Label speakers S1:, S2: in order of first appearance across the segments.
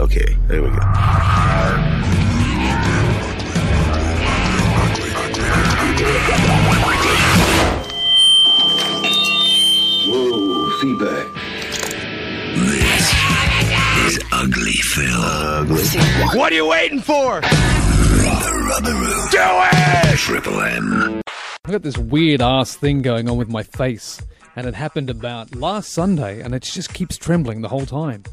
S1: Okay, there we go.
S2: Whoa, feedback.
S3: This is Ugly Phil. Ugly.
S1: What are you waiting for?
S3: Rubberoo.
S1: Do it!
S3: Triple M.
S4: I've got this weird ass thing going on with my face, and it happened about last Sunday, and it just keeps trembling the whole time.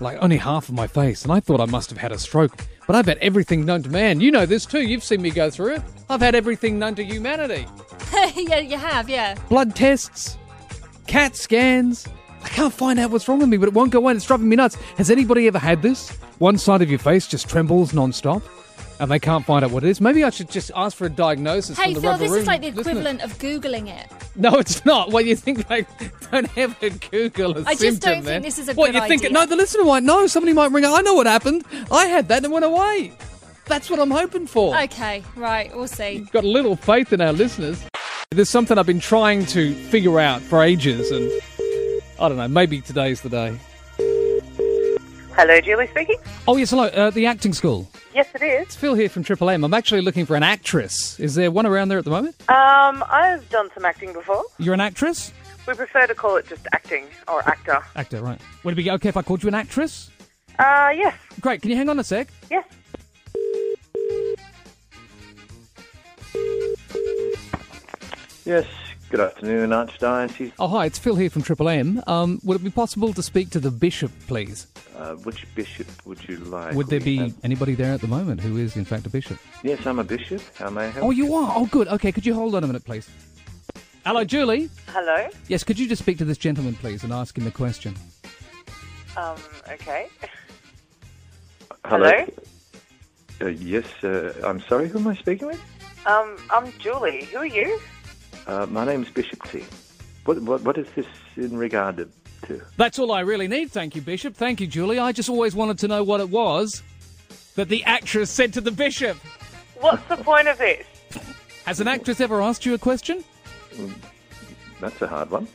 S4: Like only half of my face, and I thought I must have had a stroke, but I've had everything known to man. You know this too, you've seen me go through it. I've had everything known to humanity
S5: yeah, you have, yeah.
S4: blood tests, CAT scans. I can't find out what's wrong with me, but it won't go away. It's driving me nuts. Has anybody ever had this? One side of your face just trembles non-stop, and they can't find out what it is. Maybe I should just ask for a diagnosis
S5: Hey,
S4: from the
S5: Phil,
S4: rubber
S5: this
S4: room.
S5: is like the
S4: listeners.
S5: equivalent of Googling it.
S4: No, it's not. Well, you think like don't ever Google a
S5: I just
S4: symptom.
S5: don't think
S4: man.
S5: this is a
S4: what
S5: good
S4: you think?
S5: idea.
S4: No, the listener might know. Somebody might ring. I know what happened. I had that and went away. That's what I'm hoping for.
S5: Okay, right, we'll see.
S4: Got a little faith in our listeners. There's something I've been trying to figure out for ages, and I don't know. Maybe today's the day.
S6: Hello, Julie speaking.
S4: Oh yes, hello. Uh, the acting school.
S6: Yes, it is.
S4: It's Phil here from Triple M. I'm actually looking for an actress. Is there one around there at the moment?
S6: Um, I've done some acting before.
S4: You're an actress,
S6: We prefer to call it just acting or actor.
S4: actor, right? Would it be okay if I called you an actress?
S6: Uh, yes,
S4: Great. Can you hang on a sec?
S6: yes.
S7: Yes, good afternoon, Archdiocese.
S4: Oh, hi, it's Phil here from Triple M. Um, would it be possible to speak to the bishop, please?
S7: Uh, which bishop would you like?
S4: Would there
S7: We
S4: be
S7: have-
S4: anybody there at the moment who is, in fact, a bishop?
S7: Yes, I'm a bishop. How may I help?
S4: Oh, you are? Oh, good. Okay, could you hold on a minute, please? Hello, Julie.
S6: Hello.
S4: Yes, could you just speak to this gentleman, please, and ask him a question?
S6: Um, okay.
S7: Hello.
S6: Hello?
S7: Uh, yes, uh, I'm sorry. Who am I speaking with?
S6: Um, I'm Julie. Who are you?
S7: Uh, my name's Bishop T. What, what what is this in regard to?
S4: That's all I really need. Thank you, Bishop. Thank you, Julie. I just always wanted to know what it was that the actress said to the bishop.
S6: What's the point of this?
S4: Has an actress ever asked you a question?
S7: That's a hard one.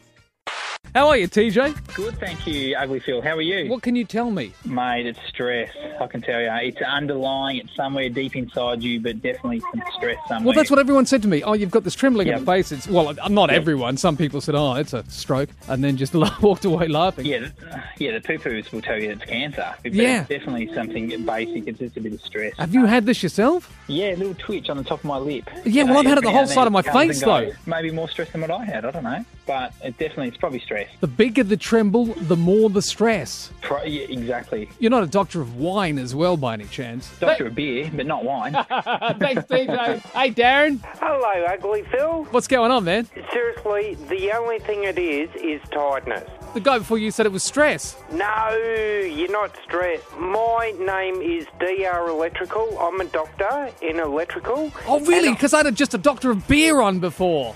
S4: How are you, TJ?
S8: Good, thank you, Ugly Phil. How are you?
S4: What can you tell me?
S8: Mate, it's stress. I can tell you. It's underlying, it's somewhere deep inside you, but definitely some stress somewhere.
S4: Well, that's what everyone said to me. Oh, you've got this trembling in
S8: Yeah.
S4: the face. It's well, not everyone. Some people said, "Oh, it's a stroke," and then just la- walked away laughing.
S8: Yeah, th- Uh, yeah, the poo poos will tell you it's cancer. But
S4: Yeah.
S8: It's definitely something basic. It's just a bit of stress.
S4: Have you had this yourself?
S8: Yeah, a little twitch on the top of my lip.
S4: Yeah, well, I've had it the whole
S8: and then
S4: side of my
S8: comes and
S4: face,
S8: goes.
S4: though.
S8: Maybe more stress than what I had. I don't know. But it definitely, it's probably stress.
S4: The bigger the tremble, the more the stress.
S8: Pro- yeah, exactly.
S4: You're not a doctor of wine as well, by any chance?
S8: Doctor of beer, but not wine.
S4: Thanks, DJ. hey, Darren.
S9: Hello, ugly Phil.
S4: What's going on, man?
S9: Seriously, the only thing it is is tiredness.
S4: The guy before you said it was stress.
S9: No, you're not stressed. My name is DR Electrical. I'm a doctor in electrical.
S4: Oh, really? Because I had just a doctor of beer on before.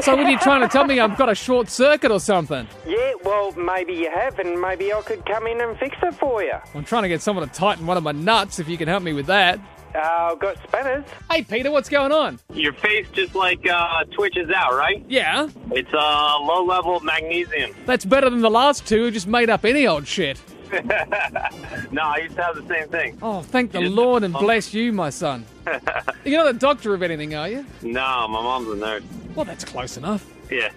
S4: so what are you trying to tell me? I've got a short circuit or something?
S9: Yeah, well, maybe you have, and maybe I could come in and fix it for you.
S4: I'm trying to get someone to tighten one of my nuts. If you can help me with that.
S9: Uh, I've got spanners.
S4: Hey, Peter, what's going on?
S10: Your face just like uh, twitches out, right?
S4: Yeah,
S10: It's uh, low level magnesium.
S4: that's better than the last two who just made up any old shit.
S10: No, I used to have the same thing.
S4: Oh, thank the
S10: Yeah.
S4: Lord and bless you, my son. You're not a doctor of anything, are you?
S10: No, my mom's a nerd.
S4: Well, that's close enough.
S10: Yeah.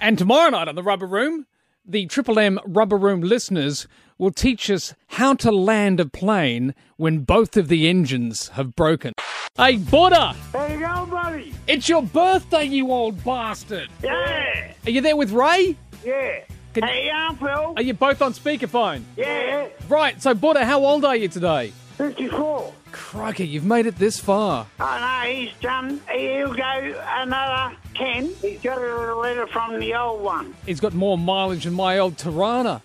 S4: And tomorrow night on the Rubber Room, the Triple M Rubber Room listeners will teach us how to land a plane when both of the engines have broken. Hey, Buddha!
S9: There you go, buddy.
S4: It's your birthday, you old bastard!
S9: Yeah,
S4: Are you there with Ray?
S9: yeah.
S4: Can-
S9: Hey, I'm Phil.
S4: Are you both on speakerphone?
S9: Yeah,
S4: Right, so Buddha, how old are you today?
S9: 54.
S4: Crikey, you've made it this far.
S9: I know, Oh, he's done, he'll go another 10. He's got a letter from the old one.
S4: He's got more mileage than my old Tirana.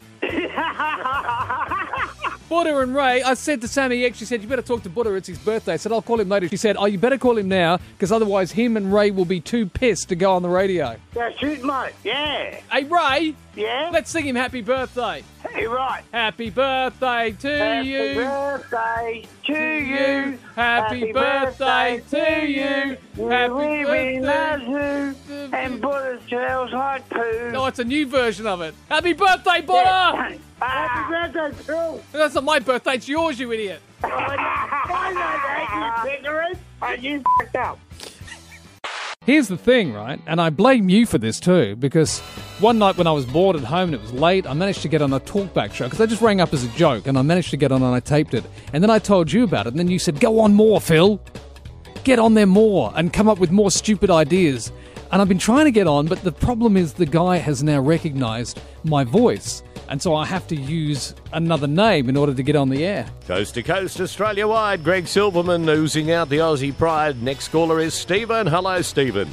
S4: Buddha and Ray, I said to Sammy X, she said, you better talk to Buddha, it's his birthday. I said, I'll call him later. She said, oh, you better call him now, because otherwise him and Ray will be too pissed to go on the radio.
S9: That's it, mate. Yeah,
S4: Hey, Ray,
S9: yeah.
S4: let's sing him happy birthday.
S9: You're right.
S4: Happy birthday to
S9: Happy
S4: you.
S9: birthday to you.
S4: Happy birthday to you. Happy
S9: We win
S4: birthday
S9: a zoo.
S4: to
S9: And Buddha smells like poo.
S4: No, Oh, it's a new version of it. Happy birthday, Buddha!
S9: Ah,
S4: That's not my birthday, it's yours, you idiot.
S9: are you fucked up?
S4: Here's the thing, right? And I blame you for this too, because one night when I was bored at home and it was late, I managed to get on a talkback show because I just rang up as a joke and I managed to get on and I taped it. And then I told you about it, and then you said, Go on more, Phil. Get on there more and come up with more stupid ideas. And I've been trying to get on, but the problem is the guy has now recognized my voice. And so I have to use another name in order to get on the air.
S11: Coast to coast, Australia wide. Greg Silverman oozing out the Aussie pride. Next caller is Stephen. Hello, Stephen.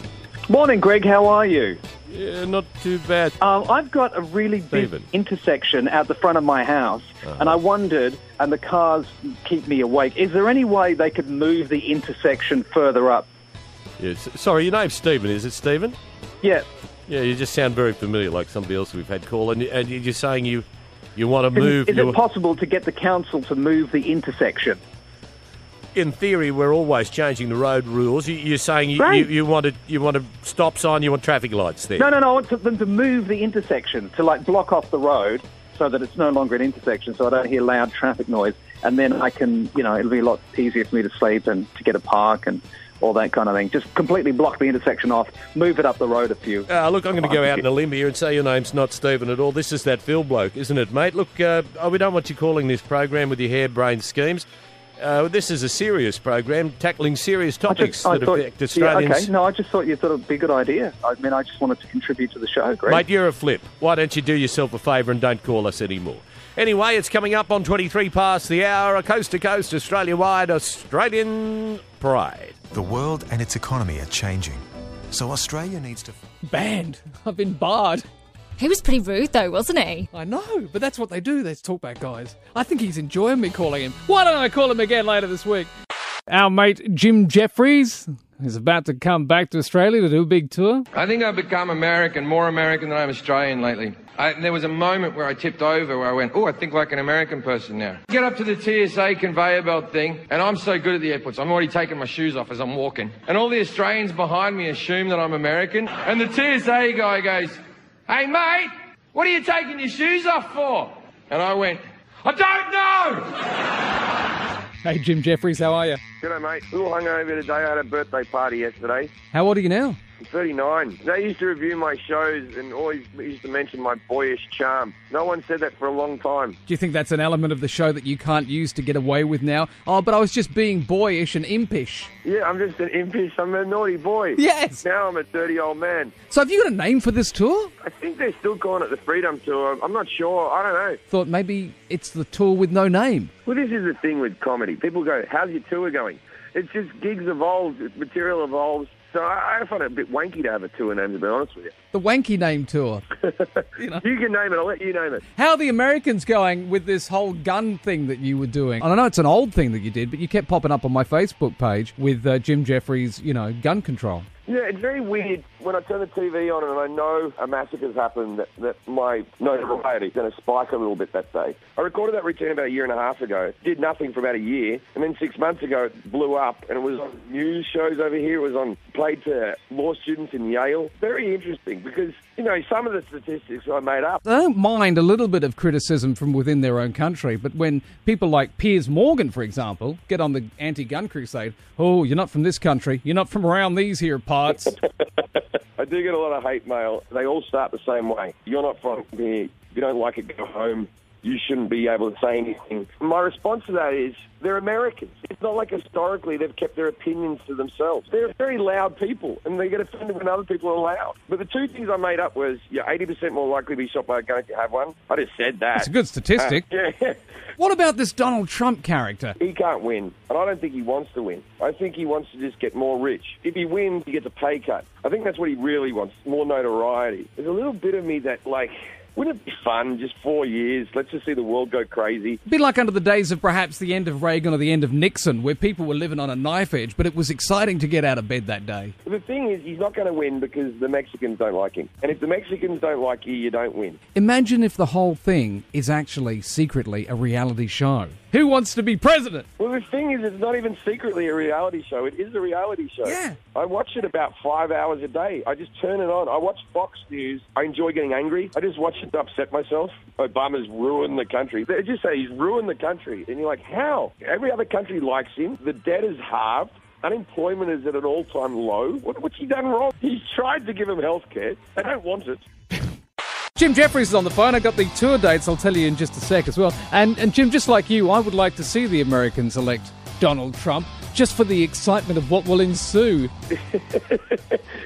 S6: Morning, Greg. How are you?
S11: Yeah, not too bad.
S6: Um, I've got a really big
S11: Stephen. Uh-huh.
S6: intersection out the front of my house, and I wondered, and the cars keep me awake. Is there any way they could move the intersection further up?
S11: Yes. Sorry, your name's Stephen. Is it Stephen?
S6: Yeah.
S11: Yeah, you just sound very familiar, like somebody else we've had call. And, and you're saying you you want to
S6: Is,
S11: move.
S6: is
S11: your-
S6: it possible to get the council to move the intersection?
S11: in theory, we're always changing the road rules. You, you're saying you,
S6: Right.
S11: you, you want to you want a stop sign, you want traffic lights there.
S6: No, no, no. I want to- them to move the intersection to like block off the road so that it's no longer an intersection, so I don't hear loud traffic noise, and then I can, you know, it'll be a lot easier for me to sleep and to get a park and all that kind of thing. Just completely block the intersection off, move it up the road a few.
S11: Uh, look, I'm going to go out on a limb here and say your name's not Stephen at all. This is that Phil bloke, isn't it, mate? Look, uh, oh, we don't want you calling this program with your harebrained schemes. Uh, this is a serious program tackling serious
S6: I
S11: topics
S6: just- I
S11: that
S6: thought-
S11: affect
S6: yeah,
S11: Australians.
S6: okay, no, I just thought you thought it'd be a good idea. I mean, I just wanted to contribute to the show, Greg.
S11: Mate, you're a flip. Why don't you do yourself a favour and don't call us anymore? Anyway, it's coming up on 23 past the hour, a coast to coast, Australia wide, Australian pride.
S12: The world and its economy are changing, so Australia needs to.
S4: Banned. I've been barred.
S5: He was pretty rude though, wasn't he?
S4: I know, but that's what they do, those talkback guys. I think he's enjoying me calling him. Why don't I call him again later this week? Our mate Jim Jeffries is about to come back to Australia to do a big tour.
S13: I think I've become American, more American than I'm Australian lately. I, there was a moment where I tipped over where I went, oh, I think like an American person now. Get up to the TSA conveyor belt thing, and I'm so good at the airports, I'm already taking my shoes off as I'm walking. And all the Australians behind me assume that I'm American, and the TSA guy goes, hey mate, what are you taking your shoes off for? And I went, I don't know!
S4: Hey Jim Jeffries, how are you?
S14: G'day, mate. A little hungover today. I had a birthday party yesterday.
S4: How old are you now?
S14: I'm 39. They used to review my shows and always used to mention my boyish charm. No one said that for a long time.
S4: Do you think that's an element of the show that you can't use to get away with now? Oh, but I was just being boyish and impish.
S14: Yeah, I'm just an impish. I'm a naughty boy.
S4: Yes.
S14: Now I'm a dirty-old man.
S4: So have you got a name for this tour?
S14: I think they're still calling it the Freedom Tour. I'm not sure. I don't know.
S4: Thought maybe it's the tour with no name.
S14: Well, this is the thing with comedy. People go, how's your tour going? It's just gigs evolve, material evolves. So I, I find it a bit wanky to have a tour name, to be honest with you.
S4: The Wanky Name Tour.
S14: You, can name it. I'll let you name it.
S4: How are the Americans going with this whole gun thing that you were doing? And I know it's an old thing that you did, but you kept popping up on my Facebook page with uh, Jim Jeffries, you know, gun control.
S14: Yeah, it's very weird when I turn the TV on and I know a massacre's happened that, that my notoriety is going to spike a little bit that day. I recorded that routine about a year and a half ago, did nothing for about a year, and then six months ago it blew up and it was on news shows over here. It was on played to law students in Yale. Very interesting because you know some of the statistics I made up.
S4: They don't mind a little bit of criticism from within their own country, but when people like Piers Morgan, for example, get on the anti gun crusade, oh, you're not from this country, you're not from around these here parts.
S14: I do get a lot of hate mail. They all start the same way. You're not from here. If you don't like it, go home. You shouldn't be able to say anything. My response to that is they're Americans. It's not like historically they've kept their opinions to themselves. They're very loud people, and they get offended when other people are loud. But the two things I made up was you're 80% more likely to be shot by a gun if you have one. I just said that.
S4: It's a good statistic.
S14: Uh, yeah.
S4: What about this Donald Trump character?
S14: He can't win, and I don't think he wants to win. I think he wants to just get more rich. If he wins, he gets a pay cut. I think that's what he really wants, more notoriety. There's a little bit of me that, like, wouldn't it be fun just four years? Let's just see the world go crazy.
S4: A bit like under the days of perhaps the end of Reagan or the end of Nixon, where people were living on a knife edge, but it was exciting to get out of bed that day.
S14: The thing is, he's not going to win because the Mexicans don't like him. And if the Mexicans don't like you, you don't win.
S4: Imagine if the whole thing is actually secretly a reality show. Who wants to be president?
S14: Well, the thing is, it's not even secretly a reality show. It is a reality show. Yeah. I watch it about five hours a day. I just turn it on. I watch Fox News. I enjoy getting angry. I just watch it to upset myself. Obama's ruined the country. They just say he's ruined the country. And you're like, how? Every other country likes him. The debt is halved. Unemployment is at an all-time low. What, what's he done wrong? He's tried to give him health care. They don't want it.
S4: Jim Jeffries is on the phone. I got the tour dates. I'll tell you in just a sec as well. And and Jim, just like you, I would like to see the Americans elect Donald Trump just for the excitement of what will ensue.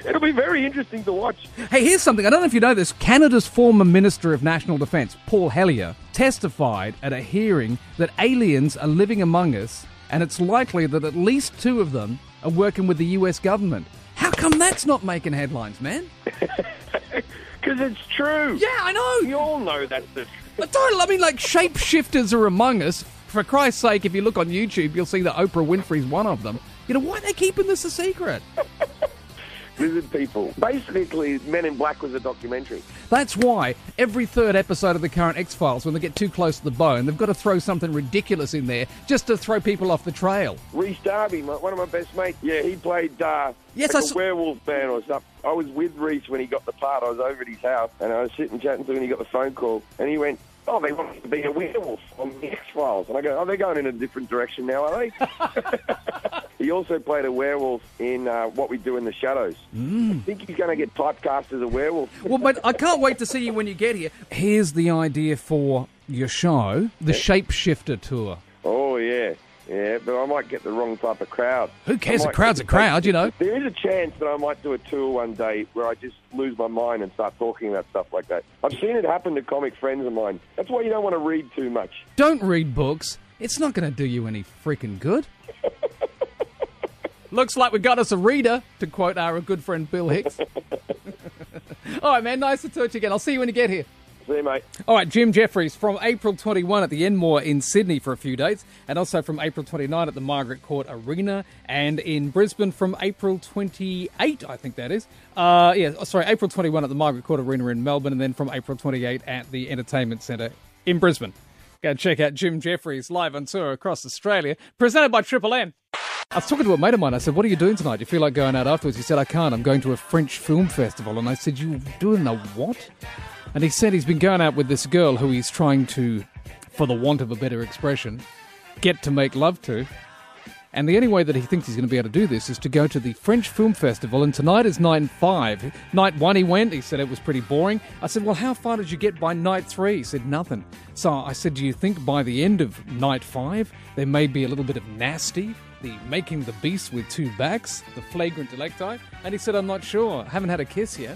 S14: It'll be very interesting to watch.
S4: Hey, here's something. I don't know if you know this. Canada's former Minister of National Defence, Paul Hellyer, testified at a hearing that aliens are living among us, and it's likely that at least two of them are working with the US government. How come that's not making headlines, man?
S14: Because it's true.
S4: Yeah, I know.
S14: We all know that's the truth.
S4: But total, I mean, like, shapeshifters are among us. For Christ's sake, if you look on YouTube, you'll see that Oprah Winfrey's one of them. You know, why are they keeping this a secret?
S14: Lizard people. Basically, Men in Black was a documentary.
S4: That's why every third episode of the current X Files, when they get too close to the bone, they've got to throw something ridiculous in there just to throw people off the trail.
S14: Reese Darby, my, one of my best mates. Yeah, he played uh,
S4: Yes,
S14: like
S4: I
S14: a
S4: saw-
S14: werewolf man or something. I was with Reese when he got the part. I was over at his house and I was sitting chatting to him and he got the phone call and he went, Oh, they want me to be a werewolf on the X Files. And I go, Oh, they're going in a different direction now, are they? he also played a werewolf in uh, What We Do in the Shadows.
S4: Mm.
S14: I think he's going to get typecast as a werewolf.
S4: Well, but I can't wait to see you when you get here. Here's the idea for your show the Shapeshifter Tour.
S14: Oh yeah, yeah, but I might get the wrong type of crowd.
S4: Who cares?
S14: I
S4: A
S14: might-
S4: crowd's a crowd, you know.
S14: There is a chance that I might do a tour one day where I just lose my mind and start talking about stuff like that. I've seen it happen to comic friends of mine. That's why you don't want to read too much.
S4: Don't read books. It's not going to do you any freaking good. Looks like we got us a reader, to quote our good friend Bill Hicks. All right, man, nice to talk to you again. I'll see you when you get here.
S14: See, mate.
S4: All right, Jim Jeffries from April 21 at the Enmore in Sydney for a few dates, and also from April 29 at the Margaret Court Arena, and in Brisbane from April 28, I think that is. Uh, yeah, oh, sorry, April 21 at the Margaret Court Arena in Melbourne, and then from April 28 at the Entertainment Centre in Brisbane. Go and check out Jim Jeffries live on tour across Australia, presented by Triple M. I was talking to a mate of mine. I said, What are you doing tonight? Do you feel like going out afterwards? He said, I can't. I'm going to a French film festival. And I said, You doing a what? And he said he's been going out with this girl who he's trying to, for the want of a better expression, get to make love to. And the only way that he thinks he's going to be able to do this is to go to the French Film Festival. And tonight is night five. Night one, he went. He said it was pretty boring. I said, Well, how far did you get by night three? He said, Nothing. So I said, Do you think by the end of night five, there may be a little bit of nasty? The making the beast with two backs, the flagrant delecti? And he said, I'm not sure. I haven't had a kiss yet.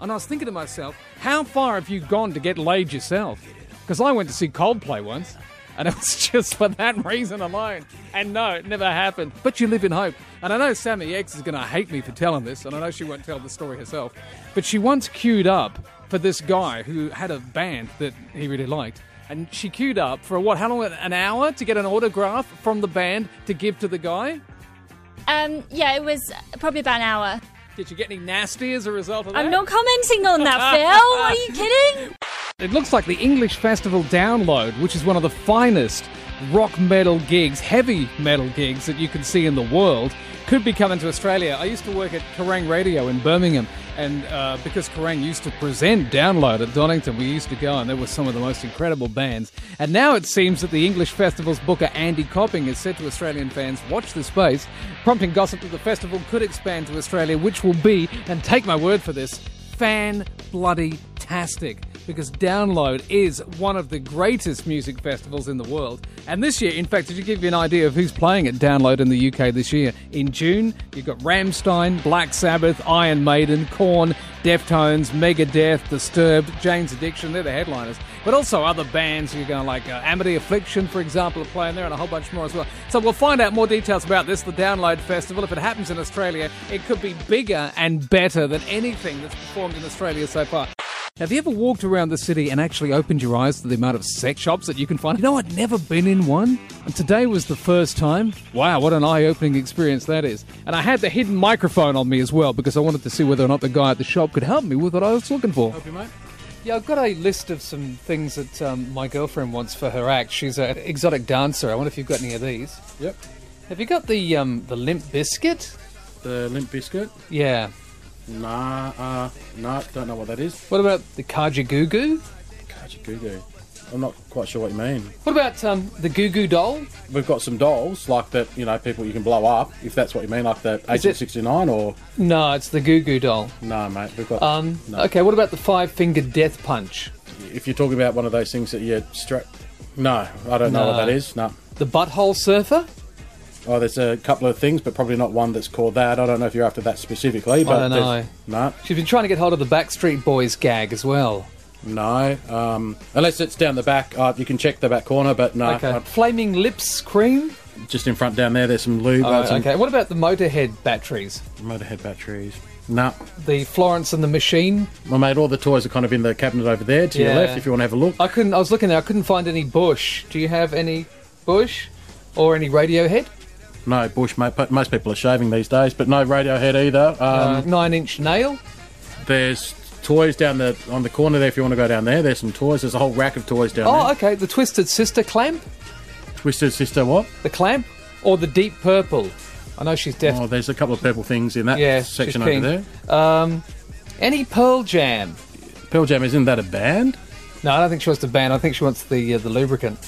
S4: And I was thinking to myself, how far have you gone to get laid yourself? Because I went to see Coldplay once, and it was just for that reason alone. And no, it never happened. But you live in hope. And I know Sammy X is going to hate me for telling this, and I know she won't tell the story herself. But she once queued up for this guy who had a band that he really liked. And she queued up for what, how long? An hour to get an autograph from the band to give to the guy?
S5: Um, yeah, it was probably about an hour.
S4: Did you get any nasty as a result of that?
S5: I'm not commenting on that, Phil. Are you kidding?
S4: It looks like the English Festival Download, which is one of the finest rock metal gigs, heavy metal gigs that you can see in the world, could be coming to Australia. I used to work at Kerrang Radio in Birmingham, and uh, because Kerrang used to present Download at Donington, we used to go, and there were some of the most incredible bands. And now it seems that the English Festival's booker Andy Copping has said to Australian fans, "Watch the space," prompting gossip that the festival could expand to Australia, which will be, and take my word for this, fan bloody tastic because Download is one of the greatest music festivals in the world. And this year, in fact, to give you an idea of who's playing at Download in the UK this year, in June, you've got Ramstein, Black Sabbath, Iron Maiden, Korn, Deftones, Megadeth, Disturbed, Jane's Addiction, they're the headliners. But also other bands you're going like uh, Amity Affliction, for example, are playing there and a whole bunch more as well. So we'll find out more details about this, the Download Festival. If it happens in Australia, it could be bigger and better than anything that's performed in Australia so far. Have you ever walked around the city and actually opened your eyes to the amount of sex shops that you can find? You know, I'd never been in one, and today was the first time. Wow, what an eye opening experience that is. And I had the hidden microphone on me as well because I wanted to see whether or not the guy at the shop could help me with what I was looking for. Yeah, I've got a list of some things that um, my girlfriend wants for her act. She's an exotic dancer. I wonder if you've got any of these.
S15: Yep.
S4: Have you got the um, the limp biscuit?
S15: The limp biscuit?
S4: Yeah.
S15: Nah, uh, nah, don't know what that is.
S4: What about the kaji goo goo?
S15: Kaji goo goo. I'm not quite sure what you mean.
S4: What about um, the goo goo doll?
S15: We've got some dolls like that, you know, people you can blow up, if that's what you mean, like the
S4: Is it-
S15: 1869 or.
S4: No, it's the goo goo doll.
S15: No, mate, we've got.
S4: Um,
S15: no.
S4: Okay, what about the five finger death punch?
S15: If you're talking about one of those things that you strap. No, I don't know what
S4: No.
S15: that is. No.
S4: The butthole surfer?
S15: Oh, there's a couple of things, but probably not one that's called that. I don't know if you're after that specifically. But
S4: I don't
S15: there's-
S4: know.
S15: No.
S4: She's been trying to get hold of the Backstreet Boys gag as well.
S15: No, um, unless it's down the back. Uh, you can check the back corner, but no.
S4: okay.
S15: uh,
S4: Flaming lips cream?
S15: just in front down there, there's some lube.
S4: Oh,
S15: uh, some
S4: okay. What about the Motorhead batteries?
S15: Motorhead batteries. No.
S4: The Florence and the Machine?
S15: My mate, all the toys are kind of in the cabinet over there to your
S4: Yeah.
S15: left if you want to have a look.
S4: I couldn't. I was looking there. I couldn't find any Bush. Do you have any Bush or any Radiohead?
S15: No, Bush, mate, but most people are shaving these days, but no Radiohead either.
S4: Uh,
S15: Um,
S4: Nine Inch Nail.
S15: There's toys down the on the corner there if you want to go down there. There's some toys. There's a whole rack of toys down
S4: Oh, okay. The Twisted Sister clamp.
S15: there. Twisted Sister, what?
S4: The clamp or the Deep Purple. I know she's deaf.
S15: Oh, there's a couple of purple things in that
S4: yeah,
S15: section
S4: she's
S15: over
S4: pink.
S15: there.
S4: Um, any Pearl Jam?
S15: Pearl Jam, isn't that a band?
S4: No, I don't think she wants the band. I think she wants the uh, the lubricant.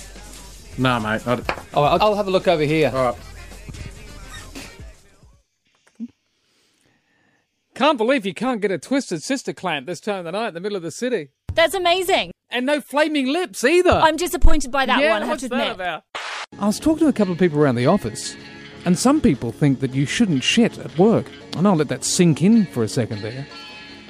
S15: No, mate. I,
S4: Oh, I'll, I'll have a look over here.
S15: All right.
S4: Can't believe you can't get a Twisted Sister clamp this time of the night in the middle of the city.
S5: That's amazing.
S4: And no flaming lips either.
S5: I'm disappointed by that
S4: Yeah,
S5: one, I have
S4: what's
S5: to
S4: that
S5: admit.
S4: about? I was talking to a couple of people around the office, and some people think that you shouldn't shit at work. And I'll let that sink in for a second there.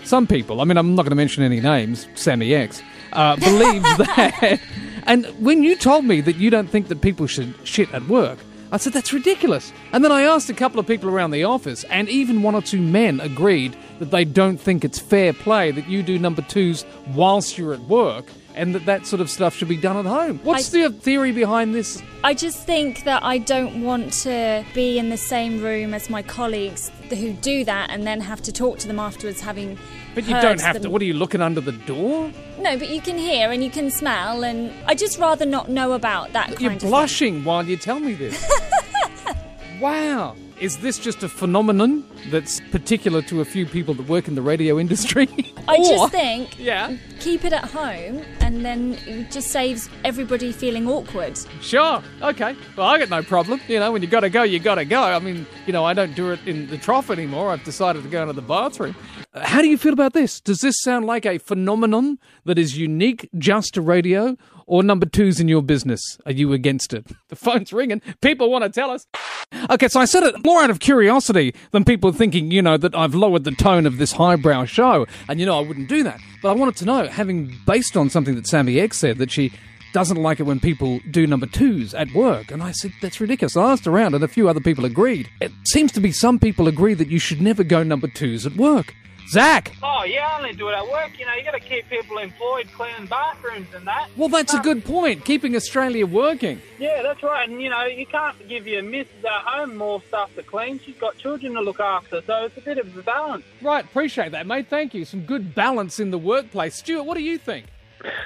S4: Some people, I mean, I'm not going to mention any names, Sammy X, uh, believes that. And when you told me that you don't think that people should shit at work, I said, that's ridiculous. And then I asked a couple of people around the office, and even one or two men agreed that they don't think it's fair play that you do number twos whilst you're at work and that that sort of stuff should be done at home. What's the theory behind this?
S5: I just think that I don't want to be in the same room as my colleagues who do that and then have to talk to them afterwards having.
S4: But you
S5: heard
S4: don't have
S5: them.
S4: to. What are you looking under the door?
S5: No, but you can hear and you can smell, and I just rather not know about that kind
S4: You're
S5: of thing.
S4: blushing while you tell me this. wow. Is this just a phenomenon that's particular to a few people that work in the radio industry?
S5: I
S4: Or-
S5: just think
S4: yeah.
S5: keep it at home and then it just saves everybody feeling awkward.
S4: Sure. Okay. Well, I got no problem. You know, when you gotta go, you gotta go. I mean, you know, I don't do it in the trough anymore. I've decided to go into the bathroom. Uh, How do you feel about this? Does this sound like a phenomenon that is unique just to radio, or number twos in your business? Are you against it? The phone's ringing. People want to tell us. Okay, so I said it more out of curiosity than people thinking, you know, that I've lowered the tone of this highbrow show. And, you know, I wouldn't do that. But I wanted to know, having based on something that Sammy X said, that she doesn't like it when people do number twos at work. And I said, that's ridiculous. I asked around and a few other people agreed. It seems to be some people agree that you should never go number twos at work. Zach!
S16: Oh, yeah, I only do it at work. You know, you got to keep people employed cleaning bathrooms and that.
S4: Well, that's a good point, keeping Australia working.
S16: Yeah, that's right. And, you know, you can't give your missus at home more stuff to clean. She's got children to look after, so it's a bit of a balance.
S4: Right, appreciate that, mate. Thank you. Some good balance in the workplace. Stuart, what do you think?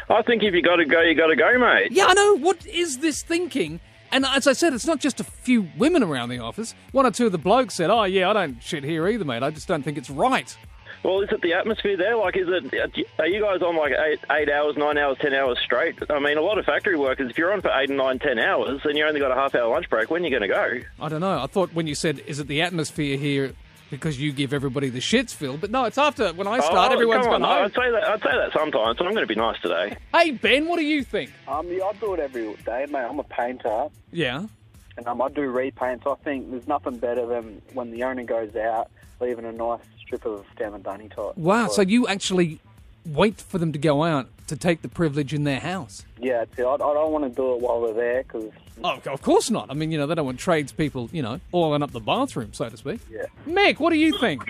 S17: I think if you got to go, you got to go, mate.
S4: Yeah, I know. What is this thinking? And as I said, it's not just a few women around the office. One or two of the blokes said, "Oh yeah, I don't shit here either, mate. I just don't think it's right."
S17: Well, is it the atmosphere there? Like, is it? Are you guys on like eight, eight hours, nine hours, ten hours straight? I mean, a lot of factory workers. If you're on for eight and nine, ten hours, and you only got a half hour lunch break, when are you going to go?
S4: I don't know. I thought when you said, "Is it the atmosphere here?" Because you give everybody the shits, Phil. But no, it's after when I start,
S17: Oh,
S4: everyone's
S17: come on.
S4: gone home.
S17: I'd say that. I'd say that sometimes. but I'm going to be nice today.
S4: Hey Ben, what do you think?
S10: Um, yeah, I do it every day, mate. I'm a painter,
S4: Yeah.
S10: and um, I do repaints. I think there's nothing better than when the owner goes out, leaving a nice strip of down and dunny type.
S4: Wow.
S10: Or-
S4: So you actually wait for them to go out to take the privilege in their house.
S10: yeah, that's it. I, I don't want to do it while we're there because
S4: Oh, of course not. I mean, you know, they don't want tradespeople, you know, oiling up the bathroom, so to speak.
S10: Yeah.
S4: Meg, what do you think?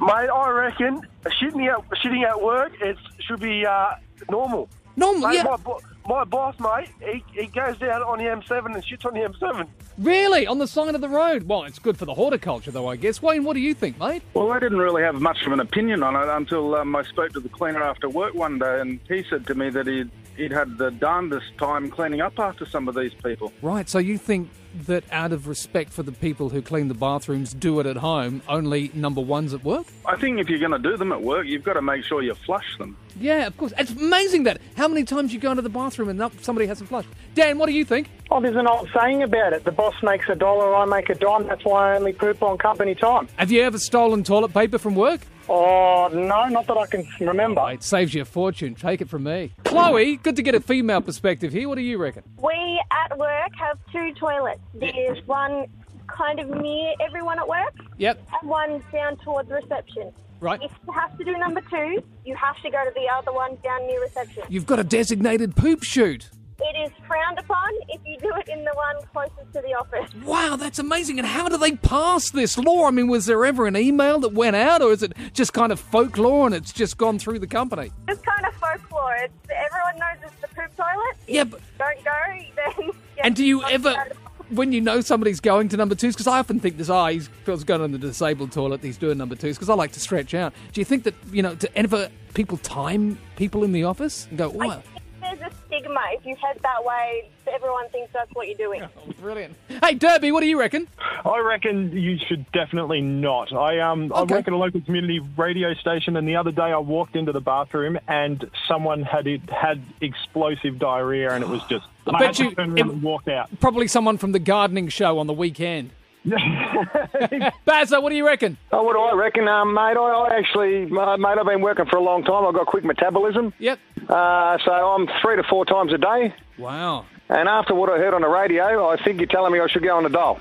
S18: Mate, I reckon shitting at, shitting at work it should be uh, normal.
S4: Normal,
S18: Mate,
S4: yeah.
S18: My, bo-
S14: My boss, mate, he, he goes down on the M7 and shoots on the M7.
S4: Really? On the side of the road? Well, it's good for the horticulture, though, I guess. Wayne, what do you think, mate?
S19: Well, I didn't really have much of an opinion on it until um, I spoke to the cleaner after work one day, and he said to me that he'd, he'd had the darndest time cleaning up after some of these people.
S4: Right, so you think that out of respect for the people who clean the bathrooms, do it at home, only number ones at work?
S19: I think if you're going to do them at work, you've got to make sure you flush them.
S4: Yeah, of course. It's amazing that how many times you go into the bathroom and not- somebody hasn't flushed. Dan, what do you think?
S20: Oh, there's an old saying about it. The boss makes a dollar, I make a dime. That's why I only poop on company time.
S4: Have you ever stolen toilet paper from work?
S20: Oh, no, not that I can remember.
S4: It saves you a fortune. Take it from me. Chloe, good to get a female perspective here. What do you reckon?
S21: We at work have two toilets. There's one kind of near everyone at work
S4: Yep.
S21: and one down towards reception.
S4: Right.
S21: If you have to do number two, you have to go to the other one down near reception.
S4: You've got a designated poop chute.
S21: It is frowned upon if you do it in the one closest to the office.
S4: Wow, that's amazing. And how do they pass this law? I mean, was there ever an email that went out, or is it just kind of folklore and it's just gone through the company?
S21: It's kind of folklore. It's, everyone knows it's the poop toilet.
S4: Yeah, but-
S21: Don't go, then. yeah,
S4: And do you
S21: not
S4: ever,
S21: go to the-
S4: when you know somebody's going to number twos, because I often think this, ah, he's feels going on the disabled toilet, he's doing number twos, because I like to stretch out. Do you think that, you know, to ever people time people in the office and go, oh,
S21: There's a stigma. If you head that way, everyone thinks that's what you're doing.
S4: Oh, brilliant. hey, Derby, what do you reckon?
S16: I reckon you should definitely not. I um I work at a local community radio station, and the other day I walked into the bathroom and someone had it had explosive diarrhea, and it was just.
S4: I
S16: and
S4: bet
S16: had to
S4: you
S16: turn around
S4: it-
S16: and walk out.
S4: Probably someone from the gardening show on the weekend. Bazza, what do you reckon?
S10: Oh, what do I reckon, um, mate? I, I actually, uh, mate, I've been working for a long time. I've got quick metabolism.
S4: Yep.
S10: Uh, so I'm three to four times a day.
S4: Wow.
S10: And after what I heard on the radio, I think you're telling me I should go on a dole.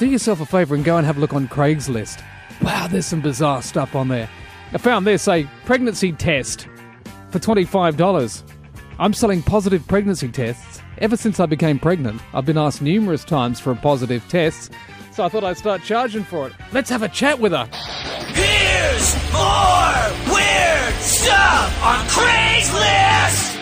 S4: Do yourself a favour and go and have a look on Craigslist. Wow, there's some bizarre stuff on there. I found this a pregnancy test for $25. I'm selling positive pregnancy tests. Ever since I became pregnant, I've been asked numerous times for a positive test, so I thought I'd start charging for it. Let's have a chat with her.
S3: Here's more weird stuff on Craigslist.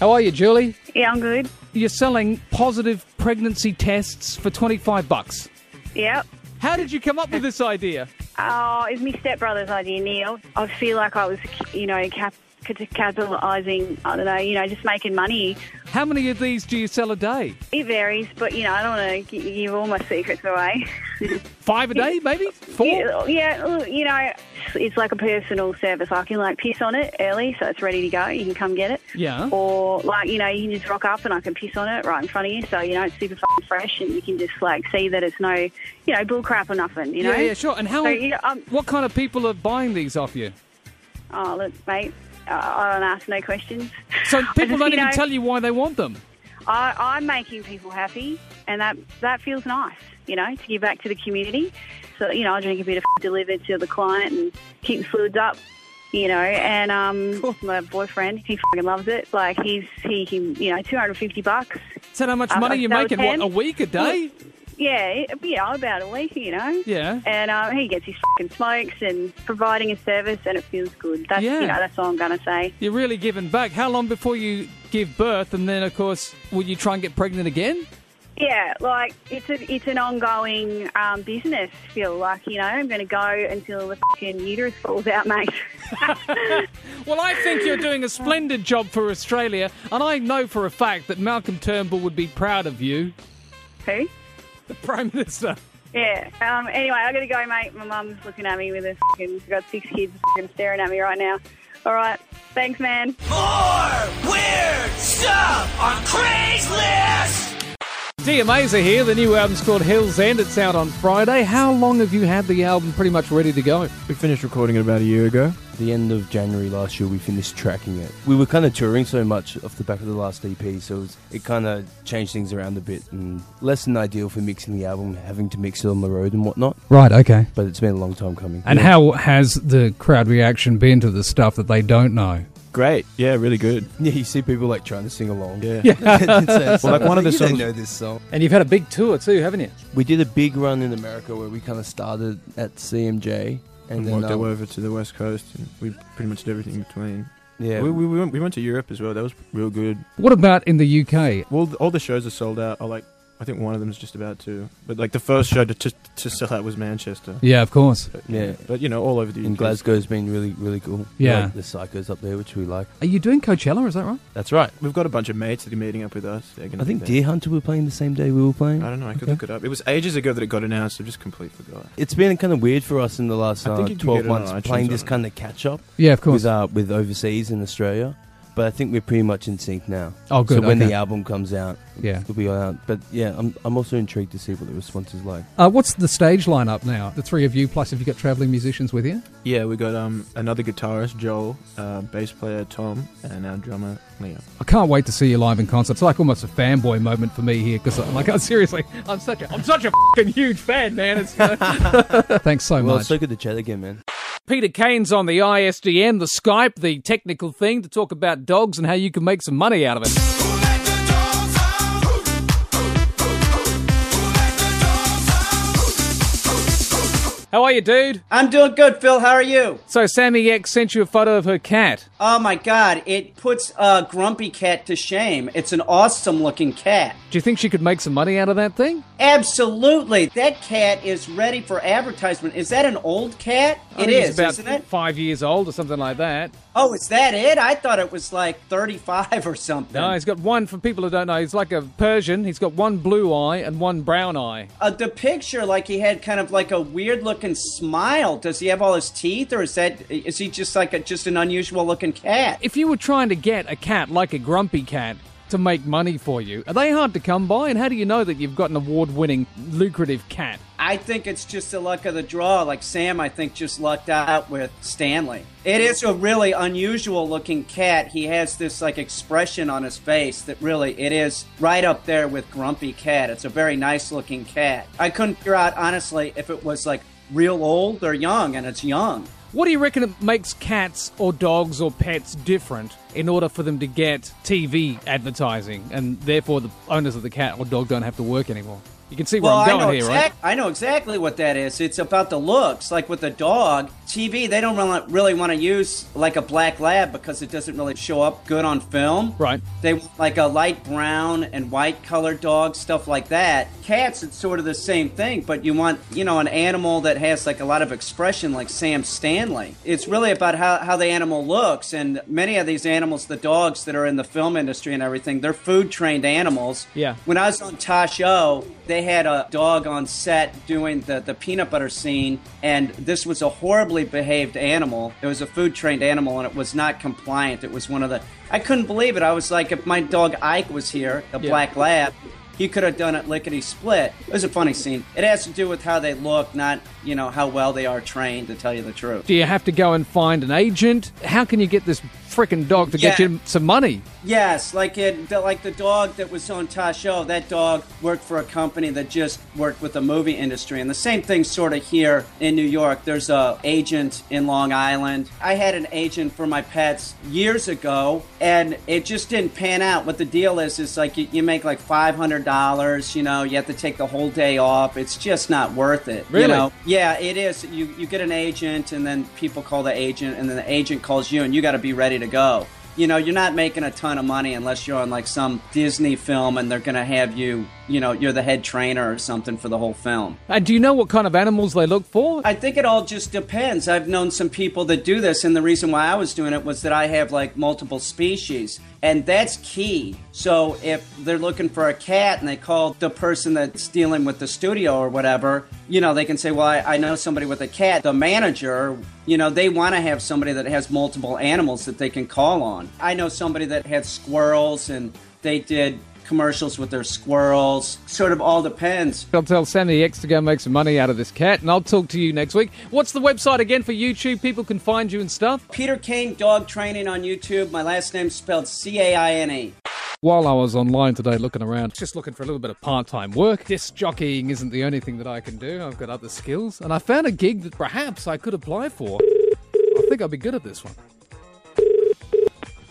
S4: How are you, Julie?
S22: Yeah, I'm good.
S4: You're selling positive pregnancy tests for 25 bucks.
S22: Yep.
S4: How did you come up with this idea?
S22: Oh, it was my stepbrother's idea, Neil. I feel like I was, you know, cap- cat- capitalising, I don't know, you know, just making money.
S4: How many of these do you sell a day?
S22: It varies, but, you know, I don't want to give all my secrets away.
S4: Five a day, maybe? Four?
S22: Yeah, yeah, well, you know, it's like a personal service. I can, like, piss on it early so it's ready to go. You can come get it.
S4: Yeah.
S22: Or, like, you know, you can just rock up and I can piss on it right in front of you so, you know, it's super f- fresh and you can just, like, see that it's no, you know, bull crap or nothing, you know?
S4: Yeah, yeah, sure. And how?
S22: So, you know, um,
S4: what kind of people are buying these off you?
S22: Oh, look, mate, I I don't ask no questions.
S4: So people
S22: just,
S4: don't
S22: you
S4: even
S22: know-
S4: tell you why they want them.
S22: I, I'm making people happy, and that that feels nice, you know, to give back to the community. So, you know, I drink a bit of delivered to the client and keep the fluids up, you know. And um, my boyfriend, he fucking loves it. Like he's he, he you know, 250 bucks.
S4: So how much
S22: Uh,
S4: money
S22: I
S4: you
S22: sell
S4: making? What
S22: 10.
S4: a week a day?
S22: Yeah, it- yeah, about a week, you know.
S4: Yeah.
S22: And um, he gets his fucking smokes and providing a service, and it feels good. That's
S4: Yeah.
S22: you know, that's all I'm gonna say.
S4: You're really giving back. How long before you give birth, and then of course, will you try and get pregnant again?
S22: Yeah, like it's a, it's an ongoing um, business. Feel like you know I'm going to go until the fucking uterus falls out, mate.
S4: Well, I think you're doing a splendid job for Australia, and I know for a fact that Malcolm Turnbull would be proud of you.
S22: Who?
S4: The Prime Minister.
S22: Yeah. Um, anyway, I got to go, mate. My mum's looking at me with a fucking. I've got six kids fucking staring at me right now. All right. Thanks, man.
S3: More weird stuff on Craigslist.
S4: DMAs are here. The new album's called Hills End. It's out on Friday. How long have you had the album pretty much ready to go?
S23: We finished recording it about a year ago. The end of January last year, we finished tracking it. We were kind of touring so much off the back of the last EP, so it, was- it kind of changed things around a bit and less than ideal for mixing the album, having to mix it on the road and whatnot.
S4: Right, okay.
S23: But it's been a long time coming.
S4: And
S23: Yeah.
S4: how has the crowd reaction been to the stuff that they don't know?
S23: Great, yeah, really good. Yeah, you see people like trying to sing along. Yeah, well, like one of the songs. know this song.
S4: And you've had a big tour too, haven't you?
S23: We did a big run in America where we kind of started at CMJ
S1: and
S24: then,
S1: worked our
S24: um,
S1: way over to the west coast, and we pretty much did everything in between.
S24: Yeah.
S1: we, we, we went we went to Europe as well. That was real good.
S4: What about in the UK?
S1: Well, th- all the shows are sold out. I like. I think one of them is just about to. But like the first show to to, to sell out was Manchester.
S4: Yeah, of course.
S1: But,
S24: Yeah.
S1: but you know, all over the
S24: And
S1: UK.
S24: Glasgow's been really, really cool.
S4: Yeah.
S24: Like the psychos up there, which we like.
S4: Are you doing Coachella? Is that right?
S24: That's right.
S1: We've got a bunch of mates that are meeting up with us. They're gonna
S24: I think
S1: be there.
S24: Deer Hunter were playing the same day we were playing.
S1: I don't know. I could
S24: Okay.
S1: look it up. It was ages ago that it got announced. I just completely forgot.
S24: It's been kind of weird for us in the last
S1: I think
S24: uh,
S1: you can
S24: 12
S1: get it on
S24: months
S1: iTunes
S24: playing
S1: on
S24: this
S1: it.
S24: kind of catch up.
S4: Yeah, of course.
S24: With, uh, with overseas in Australia. But I think we're pretty much in sync now.
S4: Oh, good,
S24: So when
S4: okay.
S24: the album comes out,
S4: Yeah.
S24: it'll be out. But yeah, I'm, I'm also intrigued to see what the response is like.
S4: Uh, what's the stage lineup now? The three of you, plus have you got traveling musicians with you?
S1: Yeah, we got um another guitarist, Joel, uh, bass player Tom, and our drummer Liam.
S4: I can't wait to see you live in concert. It's like almost a fanboy moment for me here because I'm like, oh, seriously, I'm such a, I'm such a fucking huge fan, man. It's, uh, thanks so
S24: well,
S4: much.
S24: it's so good to chat again, man.
S4: Peter Kane's on the ISDN, the Skype, the technical thing to talk about dogs and how you can make some money out of it. How are you, dude?
S25: I'm doing good, Phil. How are you?
S4: So Sammy X sent you a photo of her cat.
S25: Oh my god, it puts a grumpy cat to shame. It's an awesome looking cat.
S4: Do you think she could make some money out of that thing?
S25: Absolutely. That cat is ready for advertisement. Is that an old cat?
S4: I
S25: It
S4: think it's
S25: is,
S4: about
S25: isn't it?
S4: five years old or something like that.
S25: Oh, is that it? I thought it was like 35 or something.
S4: No, he's got one. For people who don't know, he's like a Persian. He's got one blue eye and one brown eye.
S25: Uh, the picture, like he had kind of like a weird looking smile. Does he have all his teeth, or is that is he just like a, just an unusual looking cat?
S4: If you were trying to get a cat like a grumpy cat to make money for you, are they hard to come by? And how do you know that you've got an award-winning, lucrative cat?
S25: I think it's just the luck of the draw. Like Sam, I think just lucked out with Stanley. It is a really unusual looking cat. He has this like expression on his face that really it is right up there with Grumpy Cat. It's a very nice looking cat. I couldn't figure out honestly if it was like real old or young, and it's young.
S4: What do you reckon it makes cats or dogs or pets different in order for them to get TV advertising, and therefore the owners of the cat or dog don't have to work anymore? You can see where I'm going
S25: I know
S4: here, right?
S25: exact- I know exactly what that is. It's about the looks. Like with the dog, TV, they don't really, really want to use like a black lab because it doesn't really show up good on film.
S4: Right.
S25: They want like a light brown and white colored dog, stuff like that. Cats, it's sort of the same thing, but you want, you know, an animal that has like a lot of expression, like Sam Stanley. It's really about how, how the animal looks. And many of these animals, the dogs that are in the film industry and everything, they're food trained animals.
S4: Yeah.
S25: When I was on Tosh O, they had a dog on set doing the, the peanut butter scene, and this was a horribly behaved animal. It was a food trained animal, and it was not compliant. It was one of the. I couldn't believe it. I was like, if my dog Ike was here, the
S4: Yeah.
S25: black lab, he could have done it lickety split. It was a funny scene. It has to do with how they look, not, you know, how well they are trained, to tell you the truth.
S4: Do you have to go and find an agent? How can you get this frickin' dog to get
S25: Yeah.
S4: you some money?
S25: Yes, like it, the, like the dog that was on Tasho. That dog worked for a company that just worked with the movie industry, and the same thing sort of here in New York. There's a agent in Long Island. I had an agent for my pets years ago, and it just didn't pan out. What the deal is is like you, you make like five hundred dollars. You know, you have to take the whole day off. It's just not worth it.
S4: Really?
S25: You know? Yeah, it is. You you get an agent, and then people call the agent, and then the agent calls you, and you got to be ready to go. You know, you're not making a ton of money unless you're on like some Disney film, and they're gonna have you. You know, you're the head trainer or something for the whole film.
S4: And do you know what kind of animals they look for?
S25: I think it all just depends. I've known some people that do this, and the reason why I was doing it was that I have like multiple species, and that's key. So if they're looking for a cat and they call the person that's dealing with the studio or whatever, you know, they can say, Well, I, I know somebody with a cat, the manager. You know, they want to have somebody that has multiple animals that they can call on. I know somebody that had squirrels and they did commercials with their squirrels. Sort of all depends.
S4: I'll tell Sammy X to go make some money out of this cat, and I'll talk to you next week. What's the website again for YouTube? People can find you and stuff.
S25: Peter Kane Dog Training on YouTube. My last name's spelled C A I N E.
S4: While I was online today looking around, just looking for a little bit of part time work, disc jockeying isn't the only thing that I can do. I've got other skills, and I found a gig that perhaps I could apply for. I think I'd be good at this one.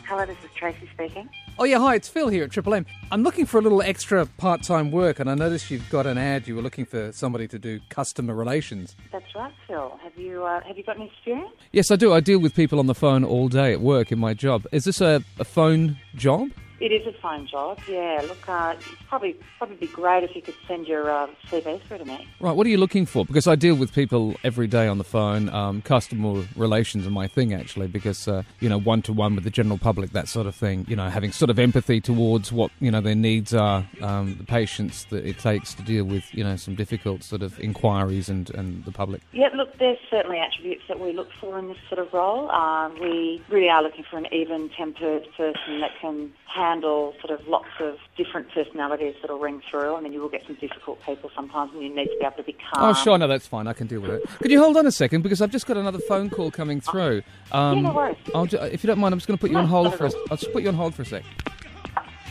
S6: Hello, this is Tracy speaking.
S4: Oh yeah, hi, it's Phil here at Triple M. I'm looking for a little extra part-time work, and I noticed you've got an ad. You were looking for somebody to do customer relations.
S6: That's right, Phil. Have you uh, have you got any experience?
S4: Yes, I do. I deal with people on the phone all day at work in my job. Is this a, a phone job?
S6: It is a fine job. Yeah. Look, uh, it's probably probably be great if you could send your um, CV through to me.
S4: Right. What are you looking for? Because I deal with people every day on the phone. Um, customer relations are my thing, actually, because uh, you know, one to one with the general public, that sort of thing. You know, having sort of empathy towards what you know their needs are, um, the patience that it takes to deal with you know some difficult sort of inquiries and and the public.
S6: Yeah, look, there's certainly attributes that we look for in this sort of role. Um, we really are looking for an even-tempered person that can handle sort of lots of different personalities that will ring through. I mean, you will get some difficult people sometimes, and you need to be able to be calm.
S4: Oh, sure, no, that's fine. I can deal with it. Could you hold on a second because I've just got another phone call coming through. Um,
S6: no worries.
S4: I'll ju- if you don't mind, I'm just going to put you on hold for. A, I'll just put you on hold for a sec.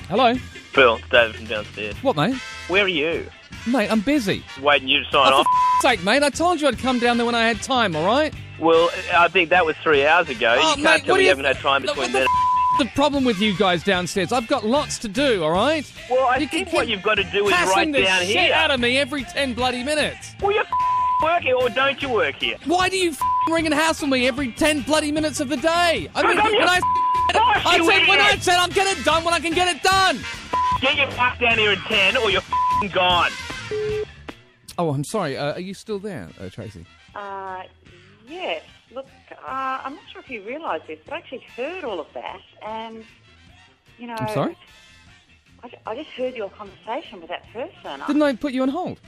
S4: Hello,
S7: Phil, David from downstairs.
S4: what, mate?
S7: Where are you?
S4: Mate, I'm busy.
S7: Waiting you to sign
S4: Oh,
S7: off.
S4: for sake, mate, I told you I'd come down there when I had time. All right.
S7: Well, I think that was three hours ago.
S4: Oh,
S7: you can't
S4: mate, what
S7: tell me you
S4: do you-
S7: haven't had time
S4: Look,
S7: between
S4: what
S7: then.
S4: The problem with you guys downstairs, I've got lots to do. All right.
S7: Well, I think what you've got to do is
S4: Passing
S7: right
S4: the
S7: down
S4: shit
S7: here.
S4: out of me every ten bloody minutes.
S7: Well, you work here or don't you work here?
S4: Why do you f***ing ring and hassle me every 10 bloody minutes of the day? I mean,
S7: I'm
S4: when
S7: your
S4: I,
S7: boss,
S4: I
S7: you
S4: said, when I
S7: idiot.
S4: said I'm getting it done when I can get it done.
S7: Get your fuck down here at ten, or you're f***ing gone.
S4: Oh, I'm sorry. Uh, are you still there, uh, Tracy?
S6: Uh, yes. Look, uh, I'm not sure if you realise this, but I actually heard all of that, and you know,
S4: I'm sorry?
S6: I, ju- I just heard your conversation with that person.
S4: Didn't I put you on hold?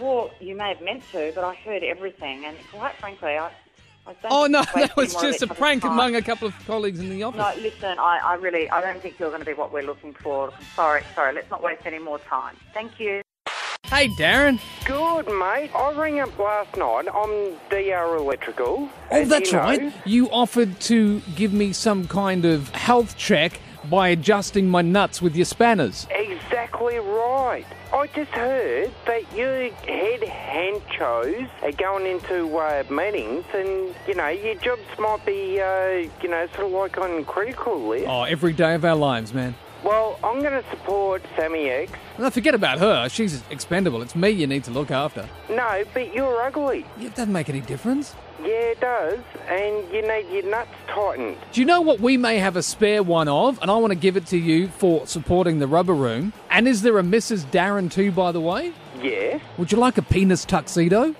S6: Well, you may have meant to, but I heard everything, and quite frankly, I. I don't
S4: Oh, no,
S6: think
S4: that was
S6: waste any more of
S4: just a
S6: each other's
S4: prank
S6: time.
S4: among a couple of colleagues in the office.
S6: No, listen, I, I really, I don't think you're going to be what we're looking for. Sorry, sorry, let's not waste any more time. Thank you.
S4: Hey, Darren.
S9: Good, mate. I rang up last night. I'm DR Electrical.
S4: Oh,
S9: as
S4: that's
S9: you know.
S4: right. You offered to give me some kind of health check by adjusting my nuts with your spanners.
S9: Exactly right. I just heard that you head henchos are going into uh, meetings and, you know, your jobs might be, uh, you know, sort of like on critical list.
S4: Oh, every day of our lives, man.
S9: Well, I'm going to support Sammy X.
S4: No, forget about her. She's expendable. It's me you need to look after.
S9: No, but you're ugly.
S4: It doesn't make any difference.
S9: Yeah, it does. And you need your nuts tightened.
S4: Do you know what we may have a spare one of? And I want to give it to you for supporting the rubber room. And is there a Mrs. Darren too, by the way?
S9: Yeah.
S4: Would you like a penis tuxedo?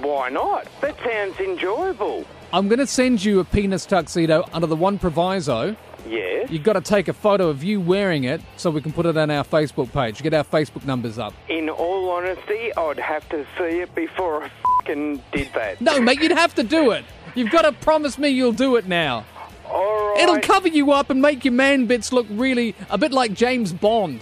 S9: Why not? That sounds enjoyable.
S4: I'm going to send you a penis tuxedo under the one proviso.
S9: Yes.
S4: You've got to take a photo of you wearing it so we can put it on our Facebook page. Get our Facebook numbers up.
S9: In all honesty, I'd have to see it before I fucking did that.
S4: No, mate, you'd have to do it. You've got to promise me you'll do it now.
S9: All
S4: It'll cover you up and make your man bits look really a bit like James Bond.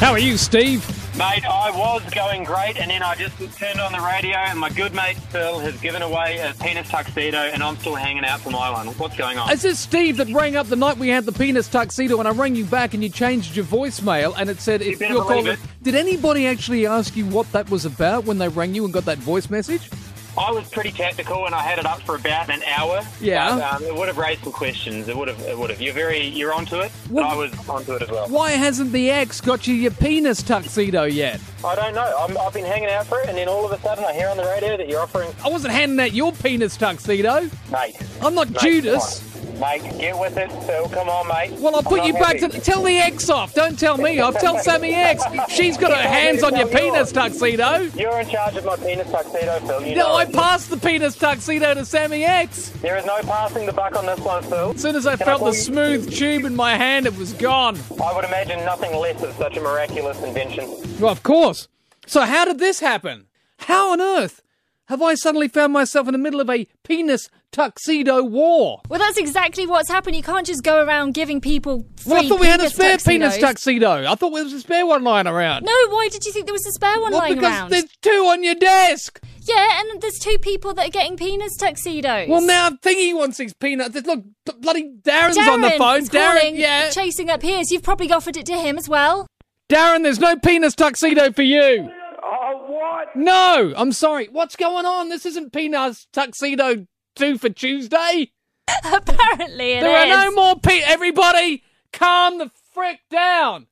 S4: How are you, Steve?
S26: Mate, I was going great, and then I just turned on the radio, and my good mate Phil has given away a penis tuxedo, and I'm still hanging out for my one. What's going on?
S4: Is this Steve that rang up the night we had the penis tuxedo and I rang you back and you changed your voicemail and it said if
S26: better
S4: you're
S26: believe
S4: calling.
S26: it.
S4: Did anybody actually ask you what that was about when they rang you and got that voice message?
S26: I was pretty tactical, and I had it up for about an hour.
S4: Yeah.
S26: but, um, it would have raised some questions. It would have. It would have. You're very. You're onto it. But I was onto it as well.
S4: Why hasn't the ex got you your penis tuxedo yet?
S26: I don't know. I'm, I've been hanging out for it, and then all of a sudden, I hear on the radio that you're offering.
S4: I wasn't handing out your penis tuxedo.
S26: Mate.
S4: I'm not
S26: Mate,
S4: Judas.
S26: come on. Mate, get with it, Phil. Come on, mate.
S4: Well, I'll
S26: I'm
S4: put
S26: not
S4: you back to.
S26: happy.
S4: Tell the ex off. Don't tell me off. Tell Sammy X. She's got her hands on your penis tuxedo.
S26: You're in charge of my penis tuxedo, Phil. You
S4: No,
S26: know
S4: I
S26: it.
S4: passed the penis tuxedo to Sammy X.
S26: There is no passing the buck on this one, Phil.
S4: As soon as I
S26: Can
S4: felt
S26: call
S4: the
S26: you-
S4: smooth tube in my hand, it was gone.
S26: I would imagine nothing less of such a miraculous invention.
S4: Well, of course. So, how did this happen? How on earth have I suddenly found myself in the middle of a penis tuxedo war?
S5: Well, that's exactly what's happened. You can't just go around giving people free
S4: Well, I thought we had a
S5: penis
S4: spare penis
S5: tuxedos.
S4: tuxedo. I thought there was a spare one lying around.
S5: No, why did you think there was a spare one
S4: well,
S5: lying
S4: because
S5: around?
S4: there's two on your desk.
S5: Yeah, and there's two people that are getting penis tuxedos.
S4: Well, now Thingy wants his peanut. Look, b- bloody Darren's on the
S5: Darren
S4: phone.
S5: is
S4: Darren,
S5: calling,
S4: yeah.
S5: chasing up here. So you've probably offered it to him as well.
S4: Darren, there's no penis tuxedo for you.
S9: Oh, what?
S4: No, I'm sorry. What's going on? This isn't penis tuxedo do for Tuesday?
S5: Apparently, it
S4: there
S5: is.
S4: are no more pe- Everybody, calm the frick down.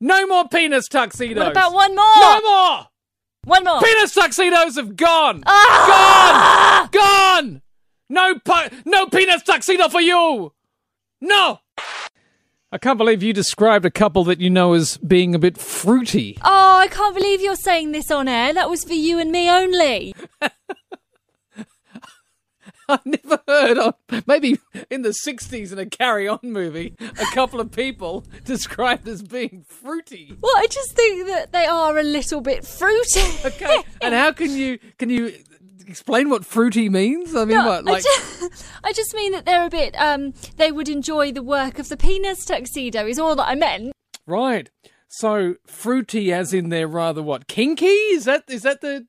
S4: No more penis tuxedos.
S5: What about one more?
S4: No more.
S5: One more.
S4: Penis tuxedos have gone. Ah! Gone. Gone. No pu- no penis tuxedo for you. No. I can't believe you described a couple that you know as being a bit fruity.
S5: Oh, I can't believe you're saying this on air. That was for you and me only.
S4: I've never heard of maybe in the 60s in a carry on movie, a couple of people described as being fruity.
S5: Well, I just think that they are a little bit fruity.
S4: Okay. And how can you can you explain what fruity means? I mean,
S5: No,
S4: what like
S5: I, just, I just mean that they're a bit. Um, they would enjoy the work of the penis tuxedo. Is all that I meant.
S4: right. So fruity as in they're rather what? Kinky? Is that is that the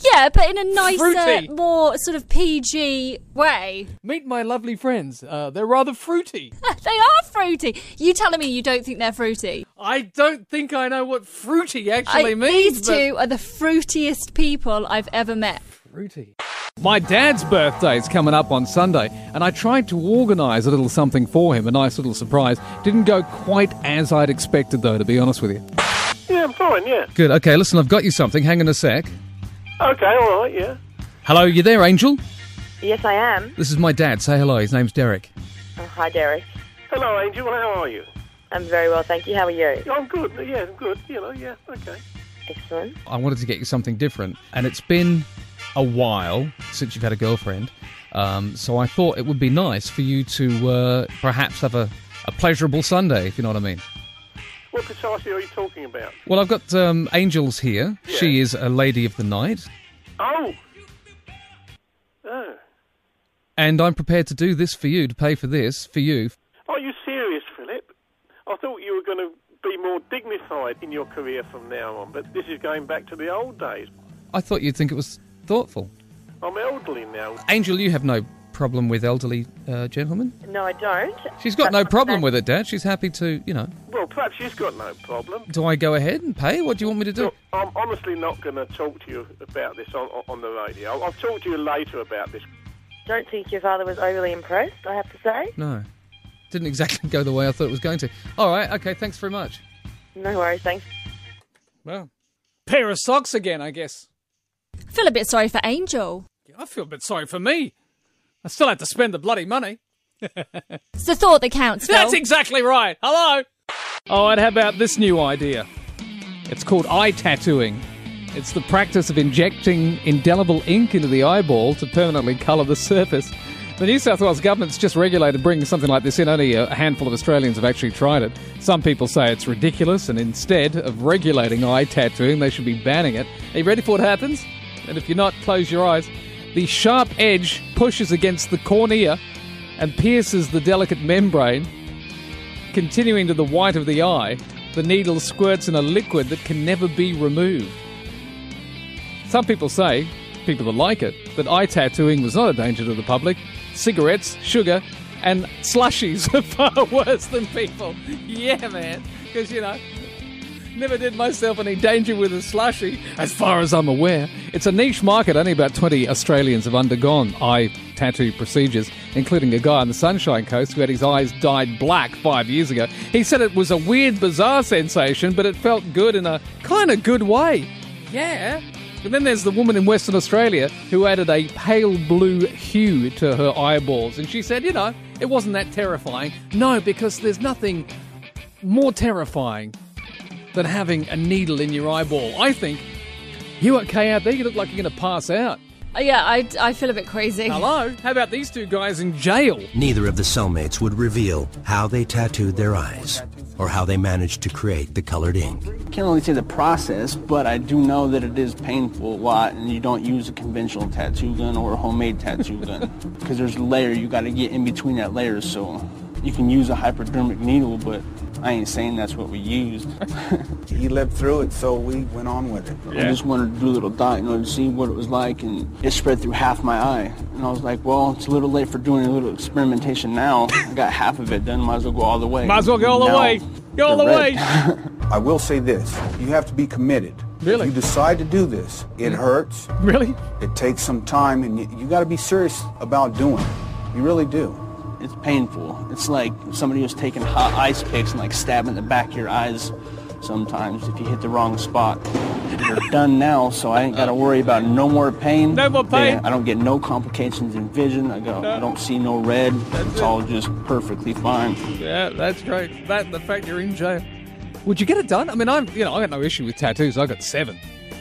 S5: Yeah, but in a nicer,
S4: Fruity.
S5: more sort of PG way.
S4: Meet my lovely friends. Uh, they're rather fruity.
S5: they are fruity. You telling me you don't think they're fruity?
S4: I don't think I know what fruity actually
S5: I-
S4: means.
S5: These
S4: but-
S5: two are the fruitiest people I've ever met.
S4: Fruity. My dad's birthday is coming up on Sunday, and I tried to organise a little something for him, a nice little surprise. Didn't go quite as I'd expected, though, to be honest with you.
S10: Yeah, I'm fine, yeah.
S4: Good, okay, listen, I've got you something. Hang on a sec.
S10: Okay, all right, yeah.
S4: Hello, you there, Angel?
S10: Yes, I am.
S4: This is my dad. Say hello. His name's Derek.
S10: Oh, hi, Derek. Hello, Angel. How are you? I'm very well, thank you. How are you? I'm good. Yeah, I'm good. You know, yeah, okay. Excellent.
S4: I wanted to get you something different, and it's been a while since you've had a girlfriend, um, so I thought it would be nice for you to uh, perhaps have a, a pleasurable Sunday, if you know what I mean.
S10: What precisely are you talking about?
S4: Well, I've got um, Angels here. She is a lady of the night,
S10: Oh. Oh.
S4: and I'm prepared to do this for you, to pay for this for you.
S10: Are you serious, Philip? I thought you were going to be more dignified in your career from now on, but this is going back to the old days.
S4: I thought you'd think it was thoughtful.
S10: I'm elderly now.
S4: Angel, you have no problem with elderly uh, gentlemen.
S10: No, I don't.
S4: She's got no problem with it, Dad. She's happy to, you know.
S10: Well, perhaps she's got no problem.
S4: Do I go ahead and pay? What do you want me to do?
S10: Look, I'm honestly not going to talk to you about this on, on the radio. I'll, I'll talk to you later about this.
S6: Don't think your father was overly impressed, I have to say.
S4: No. Didn't exactly go the way I thought it was going to. All right, okay, thanks very much.
S6: No worries, thanks.
S4: Well, pair of socks again, I guess.
S5: I feel a bit sorry for Angel.
S4: I feel a bit sorry for me. I still have to spend the bloody money.
S5: It's the thought that counts. Phil.
S4: That's exactly right. Hello. Oh, and how about this new idea? It's called eye tattooing. It's the practice of injecting indelible ink into the eyeball to permanently colour the surface. The New South Wales government's just regulated bringing something like this in. Only a handful of Australians have actually tried it. Some people say it's ridiculous, and instead of regulating eye tattooing, they should be banning it. Are you ready for what happens? And if you're not, close your eyes. The sharp edge pushes against the cornea and pierces the delicate membrane, Continuing to the white of the eye, the needle squirts in a liquid that can never be removed. Some people say, people that like it, that eye tattooing was not a danger to the public. Cigarettes, sugar, and slushies are far Oh, worse than people. Yeah, man. Because, you know, never did myself any danger with a slushie, as far as I'm aware. It's a niche market. Only about 20 Australians have undergone eye tattoo procedures, including a guy on the Sunshine Coast who had his eyes dyed black five years ago. He said it was a weird, bizarre sensation, but it felt good in a kind of good way. Yeah. And then there's the woman in Western Australia who added a pale blue hue to her eyeballs. And she said, you know, it wasn't that terrifying. No, because there's nothing more terrifying than having a needle in your eyeball. I think you okay out there? You look like you're going to pass out.
S5: Uh, Yeah, I, I feel a bit crazy.
S4: Hello? How about these two guys in jail?
S27: Neither of the cellmates would reveal how they tattooed their eyes or how they managed to create the colored ink.
S28: Can't only say the process, but I do know that it is painful a lot, and you don't use a conventional tattoo gun or a homemade tattoo gun because there's a layer you got to get in between that layer. So you can use a hypodermic needle, but I ain't saying that's what we used.
S19: He lived through it, so we went on with it.
S28: I just wanted to do a little dot, you know, to see what it was like, and it spread through half my eye. And I was like, well, it's a little late for doing a little experimentation now. I got half of it done, might as well go all the way.
S4: Might as well go all the
S28: Now,
S4: way. Go all the
S28: red.
S4: way.
S19: I will say this you have to be committed. Really? you decide to do this, it hurts.
S4: Really?
S19: It takes some time, and you, you got to be serious about doing it. You really do.
S28: It's painful. It's like if somebody was taking hot ice picks and like stabbing the back of your eyes sometimes if you hit the wrong spot. You're done now, so I ain't got to worry about no more pain. No more
S4: pain.
S28: I don't get no complications in vision. I, go, I don't see no red. it's all just perfectly fine.
S4: Yeah, that's great. That the fact you're in jail. Would you get it done? I mean, I'm you know I got no issue with tattoos. I got seven,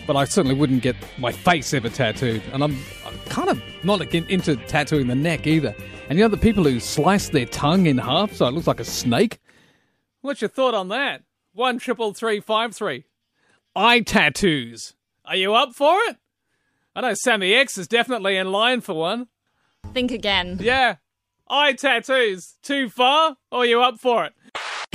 S4: but I certainly wouldn't get my face ever tattooed. And I'm, I'm kind of not again- into tattooing the neck either. And you know the people who slice their tongue in half so it looks like a snake. What's your thought on that? One triple three five three. Eye tattoos. Are you up for it? I know Sammy X is definitely in line for one.
S29: Think again.
S4: Yeah. Eye tattoos. Too far? Or are you up for it?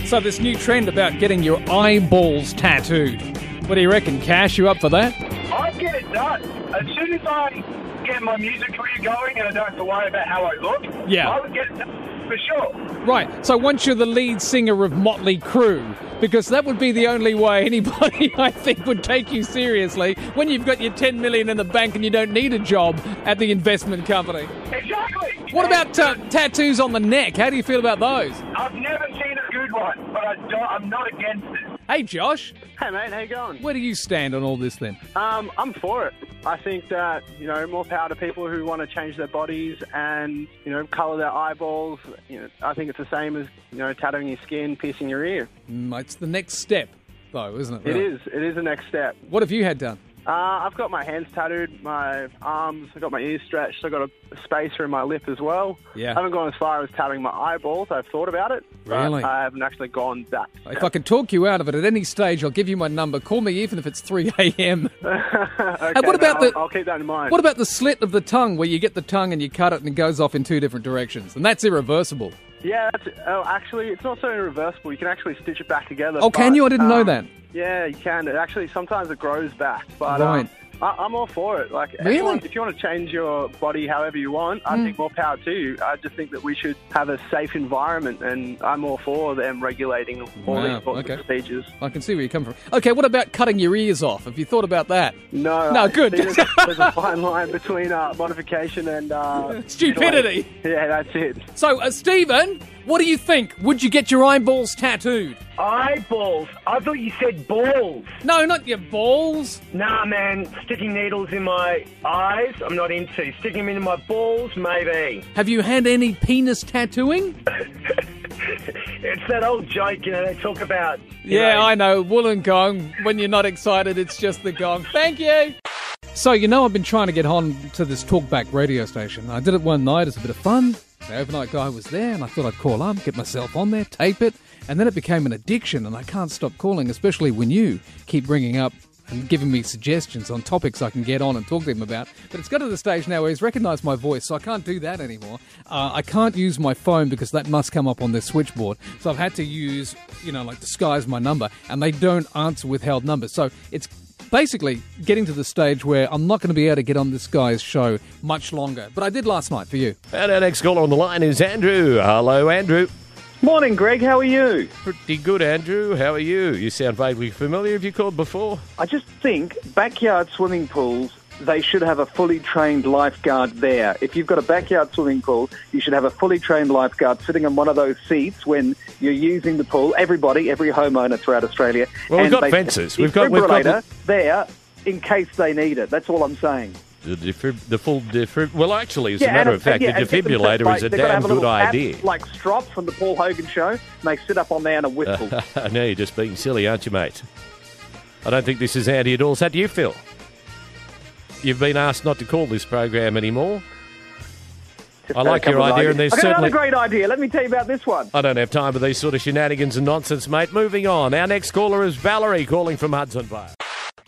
S4: So this new trend about getting your eyeballs tattooed. What do you reckon, Cash? You up for that?
S10: I get it done. As soon as I get my music career going and I don't have to worry about how I look,
S4: Yeah.
S10: I would get it done for sure.
S4: Right. So once you're the lead singer of Motley Crue, because that would be the only way anybody I think would take you seriously when you've got your 10 million in the bank and you don't need a job at the investment company.
S10: Exactly.
S4: What about uh, tattoos on the neck? How do you feel about those?
S10: I've never seen a good one, but I don't, I'm not against it.
S4: Hey, Josh,
S16: Hey mate, how you going?
S4: where do you stand on all this then?
S16: Um, I'm for it. I think that you know more power to people who want to change their bodies and you know color their eyeballs. You know, I think it's the same as you know tattooing your skin, piercing your ear.
S4: Mm, it's the next step, though, isn't it?
S16: It
S4: really?
S16: is. It is the next step.
S4: What have you had done?
S16: Uh, I've got my hands tattooed, my arms. I've got my ears stretched. I've got a spacer in my lip as well.
S4: Yeah.
S16: I haven't gone as far as tattooing my eyeballs. I've thought about it. but
S4: Really?
S16: I haven't actually gone that.
S4: If I can talk you out of it at any stage, I'll give you my number. Call me even if it's 3 a.m.
S16: okay,
S4: what about
S16: no,
S4: the-
S16: I'll, I'll keep that in mind.
S4: What about the slit of the tongue where you get the tongue and you cut it and it goes off in two different directions? And that's irreversible.
S16: Yeah, that's, oh, actually, it's not so irreversible. You can actually stitch it back together.
S4: Oh, can
S16: but,
S4: you? I didn't know
S16: um,
S4: that.
S16: Yeah, you can. It actually sometimes it grows back, but
S4: Right.
S16: um, I, I'm all for it. Like,
S4: Really? Mm.
S16: anyone- if you want to change your body however you want, I think more power to you. I just think that we should have a safe environment, and I'm all for them regulating all
S4: Wow,
S16: these sorts
S4: okay.
S16: of procedures.
S4: I can see where you come from. Okay, what about cutting your ears off? Have you thought about that?
S16: No,
S4: No,
S16: Uh, I
S4: good.
S16: think There's, there's a fine line between uh, modification and uh,
S4: Stupidity.
S16: Yeah, that's it.
S4: So, uh, Stephen, what do you think? Would you get your eyeballs tattooed?
S30: Eyeballs? I thought you said balls.
S4: No, not your balls.
S30: Nah, man. Sticking needles in my eyes, I'm not into. Sticking them into my balls, maybe.
S4: Have you had any penis tattooing?
S30: It's that old joke, you know, they talk about. you
S4: Yeah,
S30: know,
S4: I know. Wollongong. When you're not excited, it's just the gong. Thank you. So, you know, I've been trying to get on to this talkback radio station. I did it one night as a bit of fun. The overnight guy was there, and I thought I'd call up, get myself on there, tape it, and then it became an addiction, and I can't stop calling, especially when you keep bringing up and giving me suggestions on topics I can get on and talk to him about. But it's got to the stage now where he's recognised my voice, so I can't do that anymore. Uh, I can't use my phone because that must come up on their switchboard. So I've had to use, you know, like disguise my number, and they don't answer withheld numbers. So it's basically getting to the stage where I'm not going to be able to get on this guy's show much longer. But I did last night for you.
S11: And our next caller on the line is Andrew. Hello, Andrew.
S16: Morning, Greg. How are you?
S11: Pretty good, Andrew. How are you? You sound vaguely familiar. Have you called before?
S16: I just think backyard swimming pools, they should have a fully trained lifeguard there. If you've got a backyard swimming pool, you should have a fully trained lifeguard sitting on one of those seats when you're using the pool. Everybody, every homeowner throughout Australia.
S11: Well, we've
S16: And
S11: got
S16: they-
S11: fences. We've got- we've got-
S16: defibrillator there in case they need it. That's all I'm saying.
S11: The, defib- the full defib. Well, actually, as
S16: Yeah,
S11: a matter
S16: and-
S11: of fact,
S16: and yeah,
S11: the
S16: and get them to,
S11: defibrillator
S16: like,
S11: is a
S16: they've gotta
S11: damn
S16: have
S11: good
S16: little app
S11: idea.
S16: Like Strop from the Paul Hogan show, and they sit up on there and a whistle.
S11: I know you're just being silly, aren't you, mate? I don't think this is Andy at all. So How do you feel? You've been asked not to call this program anymore. I like your idea, and there's
S16: I've got
S11: certainly.
S16: another great idea. Let me tell you about this one.
S11: I don't have time for these sort of shenanigans and nonsense, mate. Moving on. Our next caller is Valerie, calling from Hudsonville.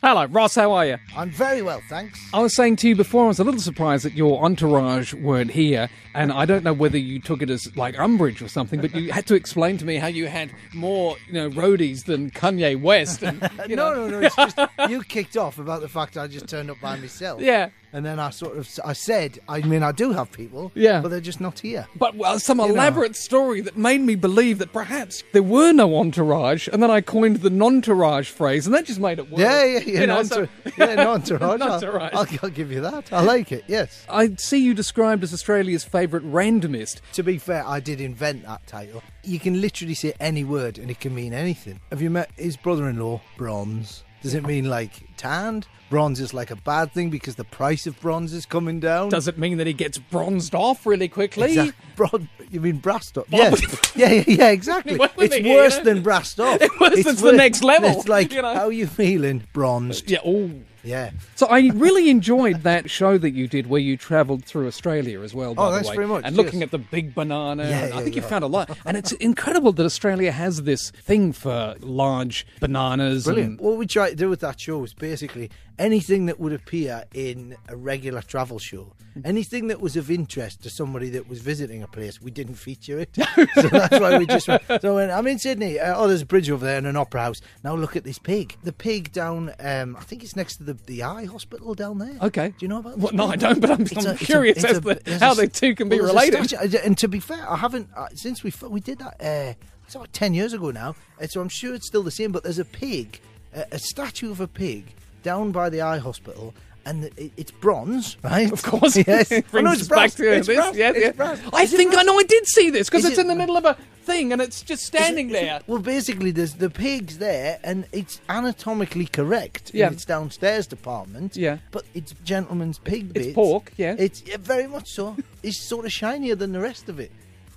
S4: Hello, Ross. How are you?
S18: I'm very well, thanks.
S4: I was saying to you before, I was a little surprised that your entourage weren't here, and I don't know whether you took it as like umbrage or something, but you had to explain to me how you had more, you know, roadies than Kanye West. And,
S18: no, no, no. It's just you kicked off about the fact I just turned up by myself.
S4: yeah,
S18: And then I sort of I said, I mean, I do have people,
S4: Yeah.
S18: but they're just not here.
S4: But well, some
S18: You know.
S4: elaborate story that made me believe that perhaps there were no entourage, and then I coined the non-tourage phrase, and that just made it worse.
S18: Yeah, yeah, yeah,
S4: You know,
S18: non-
S4: so-
S18: yeah, non-tourage.
S4: Non-tourage.
S18: I'll, I'll, I'll give you that. I like it. Yes.
S4: I see you described as Australia's favourite randomist.
S18: To be fair, I did invent that title. You can literally say any word and it can mean anything. Have you met his brother-in-law, Bronze? Does it mean like tanned? Bronze is like a bad thing because the price of bronze is coming down.
S4: Does it mean that he gets bronzed off really quickly?
S18: Exact- bron- you mean brassed up? Yeah. yeah, yeah, yeah, exactly.
S4: What were
S18: It's
S4: they,
S18: worse
S4: you know?
S18: than brassed up.
S4: It's worse, it's the next level,
S18: It's like,
S4: you know?
S18: how are you feeling, bronzed?
S4: Yeah. Oh.
S18: Yeah.
S4: So I really enjoyed that show that you did where you travelled through Australia as well. By
S18: Oh,
S4: the
S18: thanks
S4: way,
S18: very much,
S4: And
S18: yes.
S4: looking at the big banana,
S18: Yeah,
S4: and I
S18: yeah,
S4: think you
S18: yeah.
S4: found a lot. And it's incredible that Australia has this thing for large bananas.
S18: Brilliant.
S4: And,
S18: What we try to do with that show was basically anything that would appear in a regular travel show,
S4: Mm.
S18: anything that was of interest to somebody that was visiting a place, we didn't feature it. so that's why we just went. So when I'm in Sydney, uh, oh, there's a bridge over there and an opera house. Now look at this pig. The pig down, um, I think it's next to the, the eye hospital down there.
S4: okay.
S18: Do you know about?
S4: Well,
S18: this
S4: no, I
S18: pig?
S4: don't, but I'm-
S18: It's
S4: I'm
S18: it's
S4: curious
S18: it's
S4: as to
S18: there's
S4: how
S18: a-
S4: they two can be
S18: well, there's a
S4: related.
S18: statue- and to be fair, I haven't uh, since we we did that. Uh, it's about ten years ago now, and so I'm sure it's still the same. But there's a pig, uh, a, a statue of a pig down by the eye hospital. And it, it's bronze, right?
S4: Of course,
S18: yes.
S4: it
S18: I know
S4: brings
S18: it's
S4: us
S18: brass.
S4: back to
S18: it's
S4: this.
S18: brass.
S4: yes,
S18: It's
S4: yes.
S18: brass.
S4: I
S18: Is it
S4: think I
S18: brass?
S4: know. I did see this because
S18: Is
S4: it's
S18: it-
S4: in the middle of a thing and it's just standing there.
S18: Well, basically, there's the pig's there, and it's anatomically correct
S4: Yeah.
S18: in its downstairs department.
S4: Yeah.
S18: But it's gentleman's pig
S4: It's
S18: bits.
S4: pork, yeah.
S18: It's yeah, very much so. it's sort of shinier than the rest of it,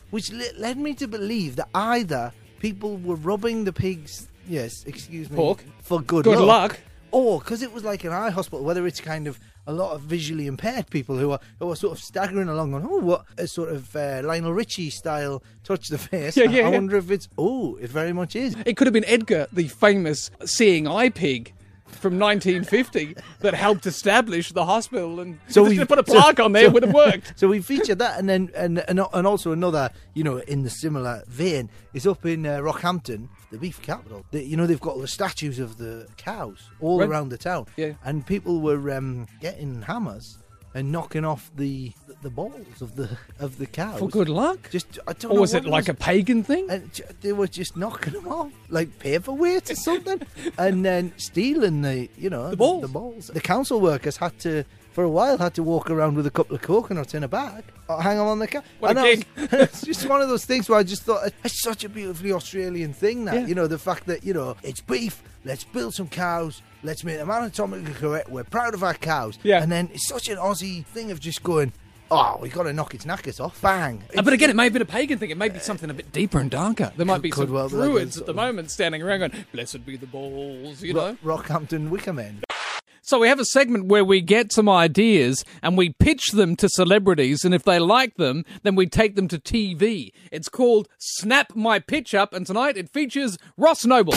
S18: which le- led me to believe that either people were rubbing the pig's yes, excuse me,
S4: Pork.
S18: for good,
S4: Good luck.
S18: luck or because it was like an eye hospital, whether it's kind of a lot of visually impaired people who are who are sort of staggering along, going, "Oh, what a sort of uh, Lionel Richie style touch the face."
S4: Yeah, yeah,
S18: I
S4: yeah.
S18: wonder if it's oh, it very much is.
S4: It could have been Edgar, the famous seeing eye pig from 1950, that helped establish the hospital, and so we put a plaque on there
S18: so-
S4: would have worked.
S18: So we featured that, and then and and, and also another, you know, in the similar vein is up in uh, Rockhampton, the beef capital. The, you know, they've got all the statues of the cows all
S4: Right.
S18: around the town,
S4: Yeah.
S18: and people were um, getting hammers. And knocking off the the balls of the of the cows
S4: For good luck?
S18: Just I don't
S4: Or
S18: know
S4: was
S18: what
S4: it like a pagan thing?
S18: And j- they were just knocking them off like paperweight or something, and then stealing the you know the balls. The council workers had to. For a while, had to walk around with a couple of coconuts in a bag, or hang them on the car.
S4: What
S18: and
S4: a
S18: I was- it's just one of those things where I just thought it's such a beautifully Australian thing that
S4: Yeah.
S18: you know the fact that you know it's beef. Let's build some cows. Let's make them anatomically correct. We're proud of our cows. Yeah. And then it's such an Aussie thing of just going, oh, we got to knock its knackers off. Bang.
S4: Uh, but again, it may have been a pagan thing. It may be something a bit deeper and darker. There might be
S18: Could
S4: some
S18: well be, like,
S4: druids
S18: sort
S4: at the moment standing around going, "Blessed be the balls," you know.
S18: Ro- Rockhampton Wickerman.
S4: So we have a segment where we get some ideas and we pitch them to celebrities, and if they like them, then we take them to TV. It's called Snap My Pitch Up, and tonight it features Ross Noble.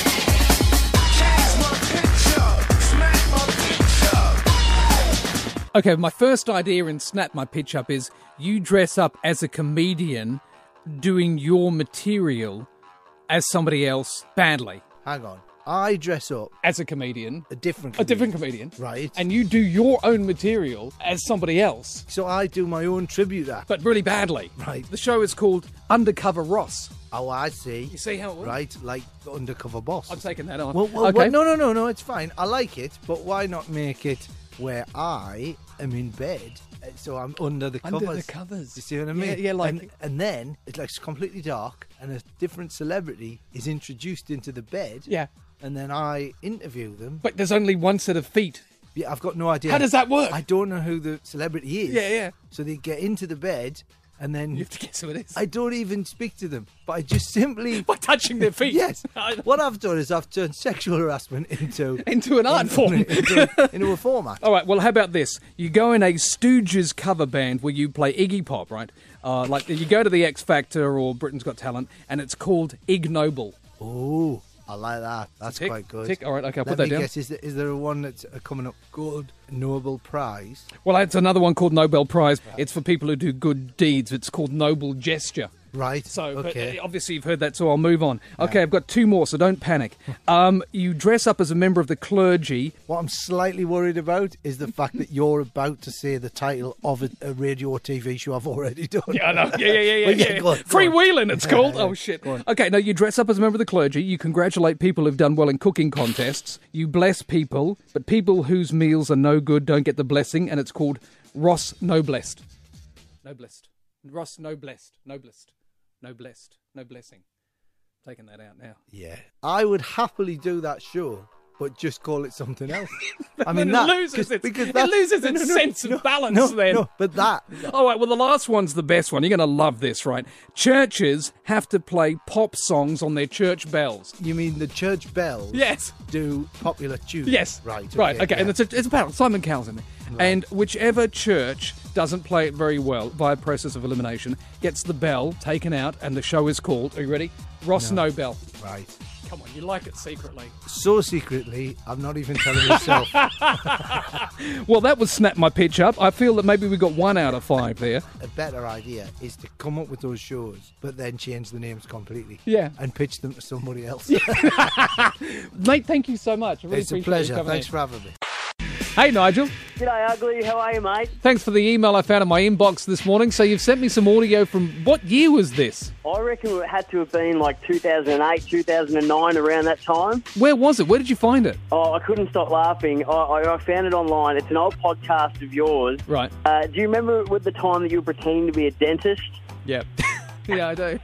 S4: Okay, my first idea in Snap My Pitch Up is you dress up as a comedian doing your material as somebody else badly.
S18: Hang on. I dress up
S4: as a comedian,
S18: a different
S4: a different comedian,
S18: right?
S4: And you do your own material as somebody else.
S18: So I do my own tribute act,
S4: but really badly.
S18: Right.
S4: The show is called Undercover Ross.
S18: Oh, I see.
S4: You see how it works?
S18: Right, like the undercover boss.
S4: I'm taking that on.
S18: Well, well,
S4: okay.
S18: well, no, no, no, no. It's fine. I like it, but why not make it where I am in bed, uh, so I'm under the
S4: Under
S18: covers.
S4: the covers.
S18: You see what I
S4: Yeah,
S18: mean?
S4: yeah, like-
S18: And, and then it's like it's completely dark, and a different celebrity is introduced into the bed.
S4: Yeah.
S18: And then I interview them.
S4: But there's only one set of feet.
S18: Yeah, I've got no idea.
S4: How does that work?
S18: I don't know who the celebrity is.
S4: Yeah, yeah.
S18: So they get into the bed, and then
S4: You have to guess who it is.
S18: I don't even speak to them, but I just simply
S4: by touching their feet.
S18: yes. what I've done is I've turned sexual harassment into
S4: Into an art form.
S18: into, into a format.
S4: All right. Well, how about this? You go in a Stooges cover band where you play Iggy Pop, right? Uh, like you go to the X Factor or Britain's Got Talent, and it's called Ignoble.
S18: Oh, I like that. That's
S4: Tick,
S18: quite good.
S4: tick. All right, okay, I'll
S18: Let
S4: put that
S18: me
S4: down.
S18: Guess, is, there, is there one that's uh, coming up? Good Nobel Prize.
S4: Well, it's another one called Nobel Prize. It's for people who do good deeds. It's called Noble Gesture.
S18: Right.
S4: So, but,
S18: okay.
S4: uh, obviously, you've heard that, so I'll move on. Okay, I've got two more, so don't panic. Um, you dress up as a member of the clergy.
S18: What I'm slightly worried about is the fact that you're about to say the title of a, a radio or TV show I've already done.
S4: Yeah, I know. Yeah, yeah, yeah, yeah.
S18: Well,
S4: yeah.
S18: go on, go on.
S4: Freewheeling, it's
S18: Yeah,
S4: called.
S18: yeah.
S4: Oh, shit.
S18: Go on.
S4: Okay, now you dress up as a member of the clergy. You congratulate people who've done well in cooking contests. You bless people, but people whose meals are no good don't get the blessing, and it's called Ross No Blessed. Noblest. Ross No Blessed. Noblest. No Blessed. No Blessing. Taking that out now.
S18: Yeah. I would happily do that show, but just call it something else. I
S4: Then
S18: mean,
S4: it
S18: that,
S4: loses
S18: 'cause-
S4: its-
S18: because
S4: it
S18: that's-
S4: loses
S18: no,
S4: its
S18: no, no,
S4: sense of
S18: no,
S4: balance
S18: no,
S4: then.
S18: no, but that
S4: All right, well, the last one's the best one. You're going to love this, right? Churches have to play pop songs on their church bells.
S18: You mean the church bells?
S4: Yes.
S18: Do popular tunes?
S4: Yes.
S18: Right. Okay,
S4: Right. Okay.
S18: yeah.
S4: And it's a, it's a panel. Simon Cowell's in there. And whichever church doesn't play it very well via process of elimination gets the bell taken out, and the show is called. Are you ready? Ross
S18: No.
S4: Nobel.
S18: Right.
S4: Come on, you like it secretly.
S18: So secretly, I'm not even telling myself.
S4: Well, that would snap my pitch up. I feel that maybe we got one out of five there.
S18: a better idea is to come up with those shows, but then change the names completely.
S4: Yeah.
S18: And pitch them to somebody else.
S4: Nate, thank you so much. I really
S18: it's a
S4: appreciate
S18: pleasure.
S4: You coming
S18: Thanks
S4: in.
S18: for having me.
S4: Hey, Nigel.
S31: G'day, ugly. How are you, mate?
S4: Thanks for the email I found in my inbox this morning. So you've sent me some audio from what year was this?
S31: I reckon it had to have been like 2008, 2009, around that time.
S4: Where was it? Where did you find it?
S31: Oh, I couldn't stop laughing. I, I, I found it online. It's an old podcast of yours.
S4: Right.
S31: Uh, do you remember with the time that you were pretending to be a dentist?
S4: Yeah. yeah, I do.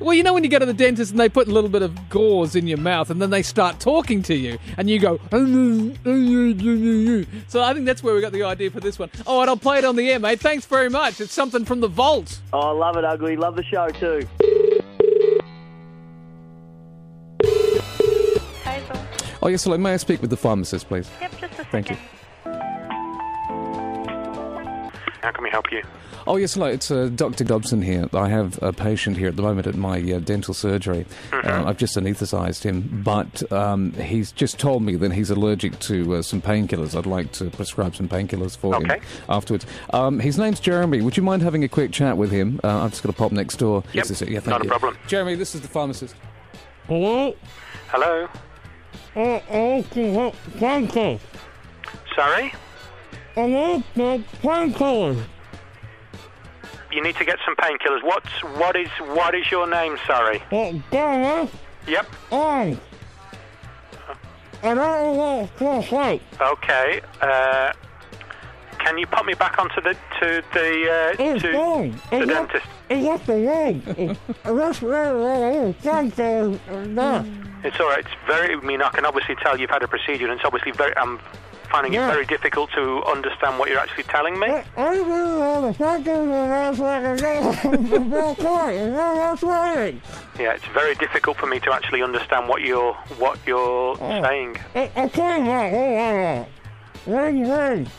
S4: well, you know when you go to the dentist and they put a little bit of gauze in your mouth and then they start talking to you and you go. "Oh, So I think that's where we got the idea for this one. Oh, and I'll play it on the air, mate. Thanks very much. It's something from the vault.
S31: Oh, I love it, ugly. Love the show too.
S4: Oh, yes, hello. May I speak with the pharmacist, please? Yep, just a second. Thank you.
S21: How can we help you?
S4: Oh, yes, hello. It's uh, Dr. Dobson here. I have a patient here at the moment at my uh, dental surgery.
S21: Mm-hmm.
S4: Uh, I've just anaesthetised him, but um, he's just told me that he's allergic to uh, some painkillers. I'd like to prescribe some painkillers for him
S21: Okay.
S4: afterwards. Um, his name's Jeremy. Would you mind having a quick chat with him? Uh, I've just got to pop next door. Yes, yes, yeah, thank
S21: not a
S4: you.
S21: problem.
S4: Jeremy, this is the pharmacist. Hello?
S21: Hello.
S3: Uh, I can help pancakes.
S21: Sorry?
S3: I need my pancakes.
S21: You need to get some painkillers. What's what is what is your name? Sorry.
S3: It's Dennis
S21: Yep.
S3: and Um. I don't know what to say.
S21: Okay. Uh, can you pop me back onto the to the uh,
S3: It's
S21: to
S3: gone.
S21: the
S3: It's not-
S21: dentist?
S3: It's just the word. It's just where it is. Pancakes are not.
S21: It's all right. It's very. I mean, I can obviously tell you've had a procedure, and it's obviously very. I'm finding
S3: Yeah.
S21: it very difficult to understand what you're actually telling me.
S3: I really want to thank you for that fucking thing. That's right. It's not that's right.
S21: Yeah, it's very difficult for me to actually understand what you're what you're saying.
S3: I, I can't wait. I want it. Ring, ring.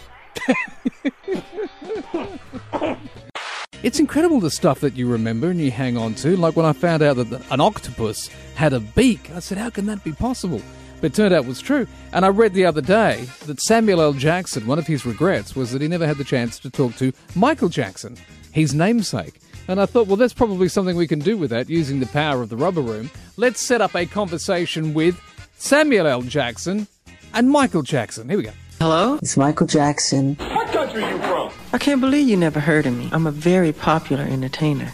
S4: It's incredible the stuff that you remember and you hang on to. Like when I found out that an octopus had a beak, I said, how can that be possible? But it turned out it was true. And I read the other day that Samuel L. Jackson, one of his regrets was that he never had the chance to talk to Michael Jackson, his namesake. And I thought, well, that's probably something we can do with that using the power of the rubber room. Let's set up a conversation with Samuel L. Jackson and Michael Jackson. Here we go.
S32: Hello? It's Michael Jackson.
S21: What country are you from?
S32: I can't believe you never heard of me. I'm a very popular entertainer.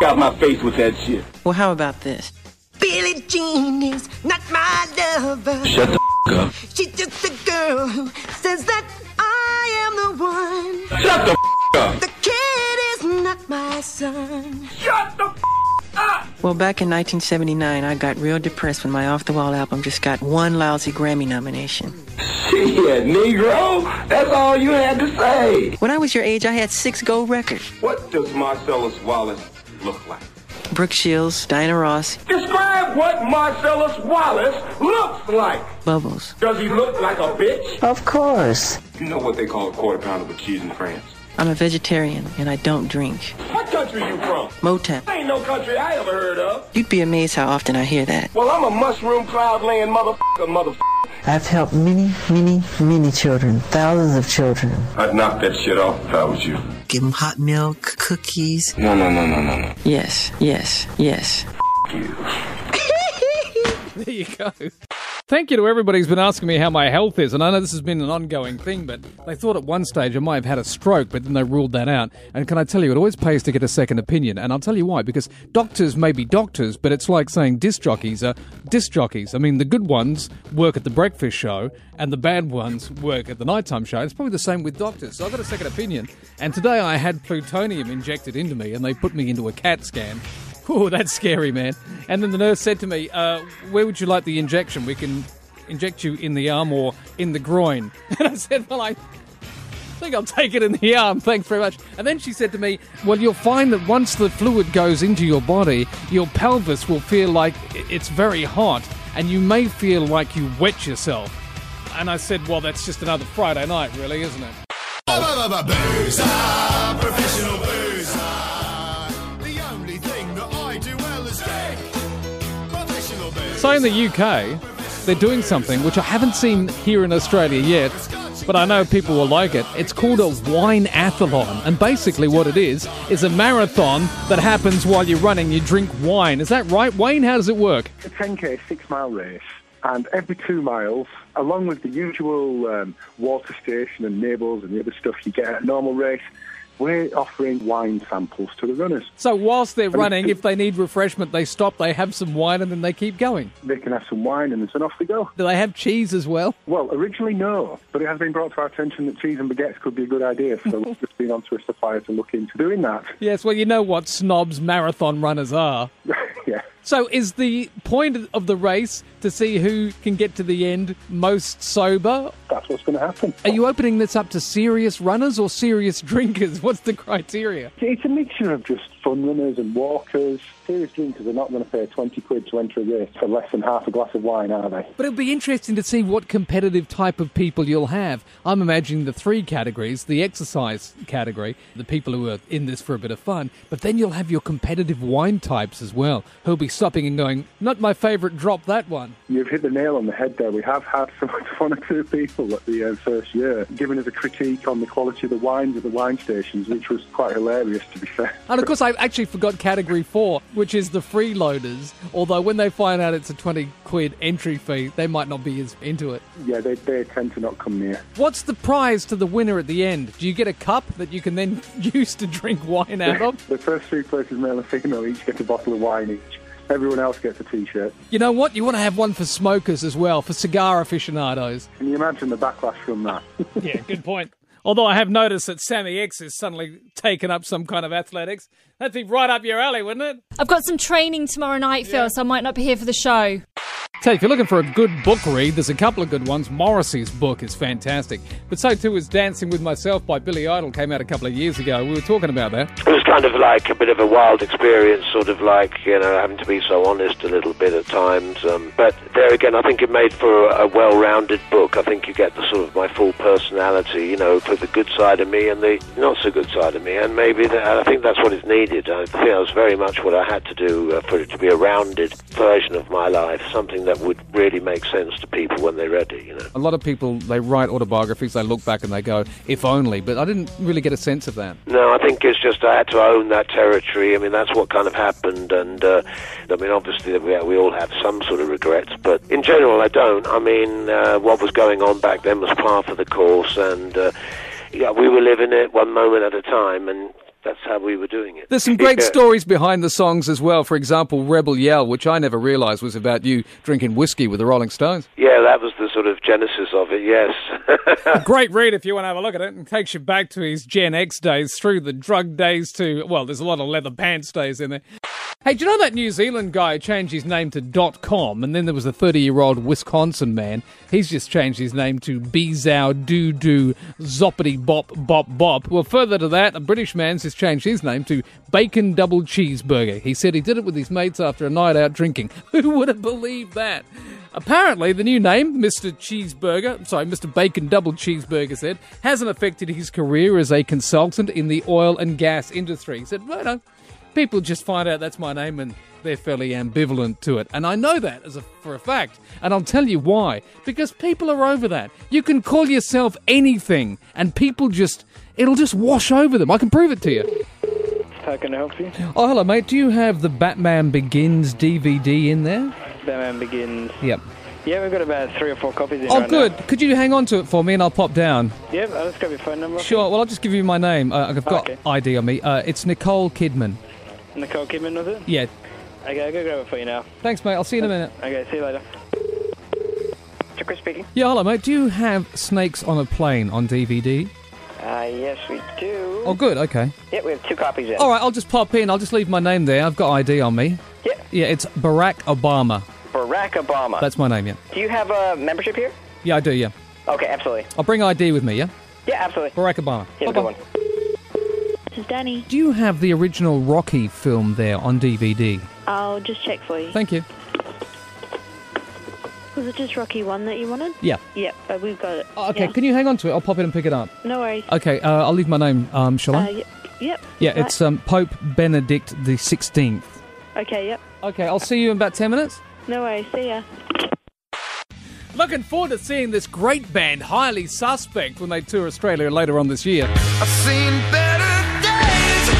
S21: Got my face with that shit.
S32: Well, how about this?
S22: Billie Jean is not my lover.
S32: Shut the
S21: f- up.
S22: She's just a girl who says that I am the one.
S21: Shut the f- up.
S22: The kid is not my son. Shut the
S32: Well, back in 1979, I got real depressed when my off the wall album just got one lousy Grammy nomination.
S21: Shit, Negro. That's all you had to say.
S32: When I was your age, I had six gold records
S21: What does Marcellus Wallace look like?
S32: Brooke Shields, Diana Ross,
S21: Describe what Marcellus Wallace looks like.
S32: Bubbles.
S21: Does he look like a bitch?
S32: Of course.
S21: You know what they call a quarter pounder with cheese in France.
S32: I'm a vegetarian and I don't drink.
S21: What country you from?
S32: Motown.
S21: Ain't no country I ever heard of.
S32: You'd be amazed how often I hear that.
S21: Well, I'm a mushroom cloud laying motherfucker, motherfucker.
S32: I've helped many, many, many children, thousands of children.
S21: I'd knock that shit off if I was you.
S32: give them hot milk, c- cookies.
S1: No, no, no, no, no, no.
S32: Yes, yes, yes.
S4: There you go. Thank you to everybody who's been asking me how my health is. And I know this has been an ongoing thing, but they thought at one stage I might have had a stroke, but then they ruled that out. And can I tell you, it always pays to get a second opinion. And I'll tell you why. Because doctors may be doctors, but it's like saying disc jockeys are disc jockeys. I mean, the good ones work at the breakfast show, and the bad ones work at the nighttime show. It's probably the same with doctors. So I got a second opinion. And today I had plutonium injected into me, and they put me into a CAT scan. Oh, that's scary, man. And then the nurse said to me, uh, Where would you like the injection? We can inject you in the arm or in the groin. And I said, Well, I think I'll take it in the arm. Thanks very much. And then she said to me, Well, you'll find that once the fluid goes into your body, your pelvis will feel like i- it's very hot and you may feel like you wet yourself. And I said, Well, that's just another Friday night, really, isn't it?
S3: Professional boozer. The only thing that I do well is drink. Professional boozer.
S4: So in the UK, they're doing something which I haven't seen here in Australia yet, but I know people will like it. It's called a wine athlon, and basically what it is is a marathon that happens while you're running. You drink wine. Is that right, Wayne? How does it work?
S25: It's a 10k six mile race, and every two miles, along with the usual um, water station and nibbles and the other stuff you get at a normal race, we're offering wine samples to the runners.
S4: So whilst they're running, if they need refreshment, they stop, they have some wine, and then they keep going.
S25: They can have some wine and then off they go.
S4: Do they have cheese as well?
S25: Well, originally no, but it has been brought to our attention that cheese and baguettes could be a good idea, so we've just been onto a supplier to look into doing that.
S4: Yes, well, you know what snobs marathon runners are.
S25: yeah.
S4: So, is the point of the race to see who can get to the end most sober?
S25: That's what's going to happen.
S4: Are you opening this up to serious runners or serious drinkers? What's the criteria?
S25: It's a mixture of just fun runners and walkers. Serious drinkers are not going to pay 20 quid to enter a race for less than half a glass of wine, are they?
S4: But it'll be interesting to see what competitive type of people you'll have. I'm imagining the three categories the exercise category, the people who are in this for a bit of fun, but then you'll have your competitive wine types as well, who'll be stopping and going, Not my favourite, drop that one.
S25: You've hit the nail on the head there. We have had some, one or two people at the uh, first year giving us a critique on the quality of the wines at the wine stations, which was quite hilarious, to be fair.
S4: And of course, I actually forgot category four, which is the freeloaders. Although, when they find out it's a 20 quid entry fee, they might not be as into it.
S25: Yeah, they, they tend to not come near.
S4: What's the prize to the winner at the end? Do you get a cup that you can then use to drink wine out of?
S25: the first three places, male and female, each get a bottle of wine each. Everyone else gets a T-shirt.
S4: You know what? You want to have one for smokers as well, for cigar aficionados.
S25: Can you imagine the backlash from that?
S4: yeah, good point. Although I have noticed that Sammy X has suddenly taken up some kind of athletics. That'd be right up your alley, wouldn't it?
S5: I've got some training tomorrow night, Phil, so I might not be here for the show.
S4: So if you're looking for a good book read, there's a couple of good ones. Morrissey's book is fantastic. But so too is Dancing with Myself by Billy Idol, came out a couple of years ago. We were talking about that.
S7: It was kind of like a bit of a wild experience, sort of like, you know, having to be so honest a little bit at times. Um, but there again, I think it made for a, a well rounded book. I think you get the sort of my full personality, you know, for the good side of me and the not so good side of me. And maybe that, I think that's what is needed. I think that was very much what I had to do uh, for it to be a rounded version of my life, something that would really make sense to people when they read it, you know.
S4: A lot of people, they write autobiographies, they look back and they go, if only. But I didn't really get a sense of that.
S7: No, I think it's just I had to own that territory. I mean, that's what kind of happened, and uh, I mean, obviously we, we all have some sort of regrets, but in general, I don't. I mean, uh, what was going on back then was part of the course, and uh, yeah, we were living it one moment at a time, and that's how we were doing it.
S4: There's some great
S7: Yeah.
S4: stories behind the songs as well. For example, Rebel Yell, which I never realised was about you drinking whiskey with the Rolling Stones.
S7: Yeah, that was the sort of genesis of it. Yes.
S4: Great read if you want to have a look at it. It takes you back to his Gen X days, through the drug days to, well, there's a lot of leather pants days in there. Hey, do you know that New Zealand guy changed his name to .com and then there was a 30-year-old Wisconsin man. He's just changed his name to Bezow Doo Doo Zoppity Bop Bop Bop. Well, further to that, a British man's just changed his name to Bacon Double Cheeseburger. He said he did it with his mates after a night out drinking. Who would have believed that? Apparently, the new name, Mr. Cheeseburger, sorry, Mr. Bacon Double Cheeseburger said, hasn't affected his career as a consultant in the oil and gas industry. He said, right on. People just find out that's my name and they're fairly ambivalent to it. And I know that as a, for a fact. And I'll tell you why. Because people are over that. You can call yourself anything, and people just, it'll just wash over them. I can prove it to you.
S1: How can I help you? Uh,
S4: Oh, hello, mate. Do you have the Batman Begins DVD in there?
S1: Batman Begins.
S4: Yep.
S1: Yeah, we've got about three or four copies in
S4: Oh,
S1: right
S4: good. Could you hang on to it for me and I'll pop down?
S1: now. Yep, I'll just grab your phone number.
S4: Sure. Well, I'll just give you my name. Uh, I've got
S1: Okay.
S4: ID on me. Uh, it's Nicole Kidman.
S1: Nicole Kidman, was it?
S4: Yeah.
S1: Okay, I'll go grab it for you now.
S4: Thanks, mate. I'll see you in a minute.
S1: Okay, see you later. Chris speaking.
S4: Yeah, hello, mate. Do you have Snakes on a Plane on DVD?
S1: Uh, yes, we do.
S4: Oh, good. Okay.
S1: Yeah, we have two copies in.
S4: All right. I'll just pop in. I'll just leave my name there. I've got ID on me.
S1: Yeah.
S4: Yeah, it's Barack Obama.
S1: Barack Obama.
S4: That's my name, yeah.
S1: Do you have a membership here?
S4: Yeah, I do, yeah.
S1: Okay, absolutely.
S4: I'll bring ID with me, yeah?
S1: Yeah, absolutely.
S4: Barack Obama.
S1: Here's a good one.
S6: This is Danny.
S4: Do you have the original Rocky film there on DVD?
S6: I'll just check for you.
S4: Thank you.
S6: Was it just Rocky 1 that you wanted?
S4: Yeah. Oh,
S6: Yep, uh, we've got it.
S4: Okay,
S6: Yeah.
S4: can you hang on to it? I'll pop in and pick it up.
S6: No worries.
S4: Okay, uh, I'll leave my name, um, shall I?
S6: Uh, y- yep.
S4: Yeah,
S6: right.
S4: it's um, Pope Benedict the 16th.
S6: Okay, yep.
S4: Okay, I'll see you in about 10 minutes.
S6: No worries. See ya.
S4: Looking forward to seeing this great band, Highly Suspect, when they tour Australia later on this year.
S3: I've seen better days.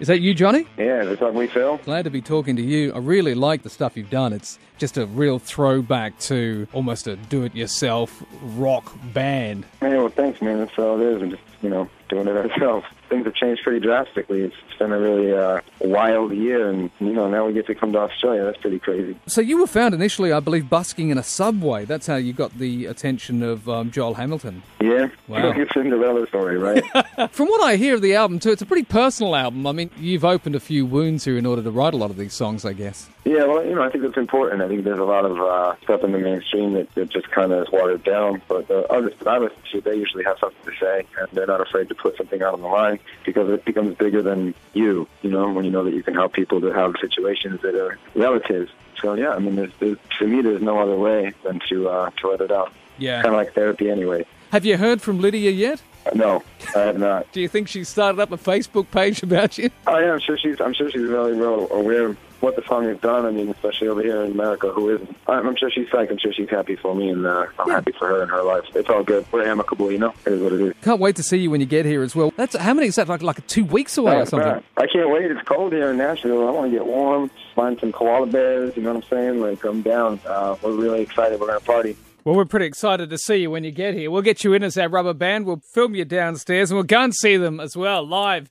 S4: Is that you, Johnny?
S26: Yeah, that's on we Phil.
S4: Glad to be talking to you. I really like the stuff you've done. It's just a real throwback to almost a do it yourself rock band.
S26: Yeah, well, thanks, man. That's all it is. I'm just, you know, doing it ourselves. Things have changed pretty drastically. It's been a really uh, wild year, and, you know, now we get to come to Australia. That's pretty crazy.
S4: So you were found initially, I believe, busking in a subway. That's how you got the attention of um, Joel Hamilton.
S26: Yeah?
S4: Wow.
S26: Like a Cinderella story, right?
S4: From what I hear of the album, too, it's a pretty personal album. I mean, you've opened a few wounds here in order to write a lot of these songs, I guess.
S26: yeah, well, you know, I think that's important. I think there's a lot of uh, stuff in the mainstream that, that just kind of is watered down. But the artists that I listen to, they usually have something to say, and they're not afraid to put something out on the line because it becomes bigger than you, you know, when you know that you can help people that have situations that are relatives. So, yeah, I mean, there's, there's, to me, there's no other way than to, uh, to let it out.
S4: Yeah.
S26: Kind of like therapy anyway.
S4: Have you heard from Lydia yet?
S26: No, I have not.
S4: Do you think she started up a Facebook page about you?
S26: Oh yeah, I'm sure she's. I'm sure she's really well aware of what the song has done. I mean, especially over here in America, who isn't? I'm, I'm sure she's psyched. I'm sure she's happy for me, and uh, I'm happy for her and her life. It's all good. We're amicable, you know. It is what it is.
S4: Can't wait to see you when you get here as well. That's how many is that? Like like two weeks away
S26: Oh,
S4: or something.
S26: man, I can't wait. It's cold here in Nashville. I want to get warm, find some koala bears. You know what I'm saying? Like I'm down. Uh, we're really excited. We're gonna party.
S4: Well, we're pretty excited to see you when you get here. We'll get you in as our rubber band. We'll film you downstairs, and we'll go and see them as well live.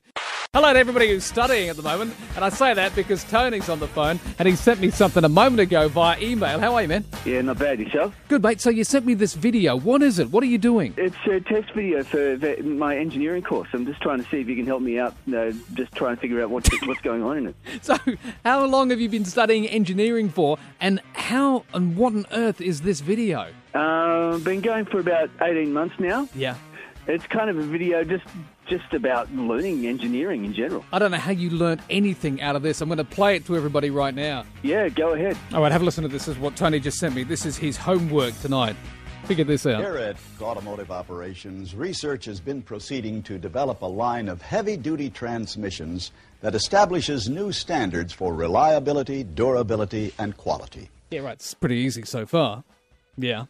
S4: Hello to everybody who's studying at the moment, and I say that because Tony's on the phone and he sent me something a moment ago via email. How are you, man?
S27: Yeah, not bad. Yourself?
S4: Good, mate. So you sent me this video. What is it? What are you doing?
S27: It's a test video for the- my engineering course. I'm just trying to see if you can help me out. No, just trying to figure out what, what's going on in it.
S4: So, how long have you been studying engineering for, and how and what on earth is this video?
S27: Uh, been going for about 18 months now.
S4: Yeah.
S27: It's kind of a video just just about learning engineering in general.
S4: I don't know how you learned anything out of this. I'm going to play it to everybody right now.
S27: Yeah, go ahead.
S4: All right, have a listen to this. This is what Tony just sent me. This is his homework tonight. Figure this out.
S24: Here at Automotive Operations, research has been proceeding to develop a line of heavy duty transmissions that establishes new standards for reliability, durability, and quality.
S4: Yeah, right. It's pretty easy so far. Yeah.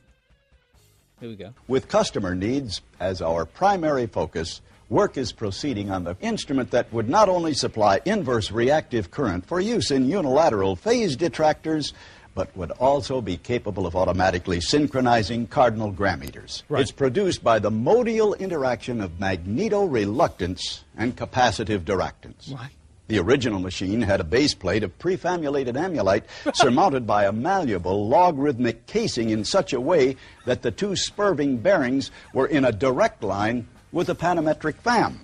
S4: Here we go.
S24: With customer needs as our primary focus, work is proceeding on the instrument that would not only supply inverse reactive current for use in unilateral phase detractors, but would also be capable of automatically synchronizing cardinal grammeters. It's produced by the modal interaction of magnetoreluctance and capacitive diractance. The original machine had a base plate of prefamulated amulite surmounted by a malleable logarithmic casing in such a way that the two spurving bearings were in a direct line with the panometric fam.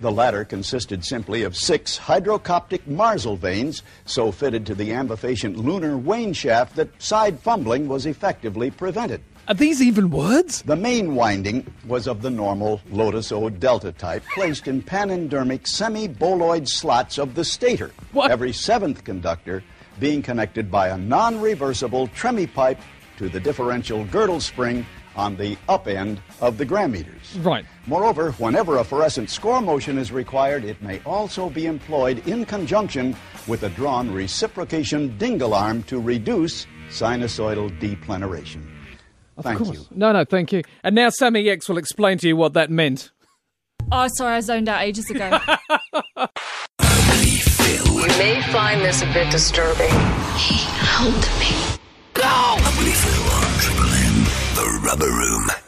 S24: The latter consisted simply of six hydrocoptic marzal vanes, so fitted to the ambifacient lunar wane shaft that side fumbling was effectively prevented.
S4: Are these even words?
S24: The main winding was of the normal Lotus O Delta type, placed in panendermic semi boloid slots of the stator, every seventh conductor being connected by a non reversible tremi pipe to the differential girdle spring on the up end of the gram meters.
S4: Right.
S24: Moreover, whenever a fluorescent score motion is required, it may also be employed in conjunction with a drawn reciprocation dingle arm to reduce sinusoidal depleneration. Thank you.
S4: No, no, thank you. And now Sammy X will explain to you what that meant.
S5: Oh, sorry, I zoned out ages ago.
S11: You may find this a bit disturbing. He held me.
S3: Triple M, the Rubber Room.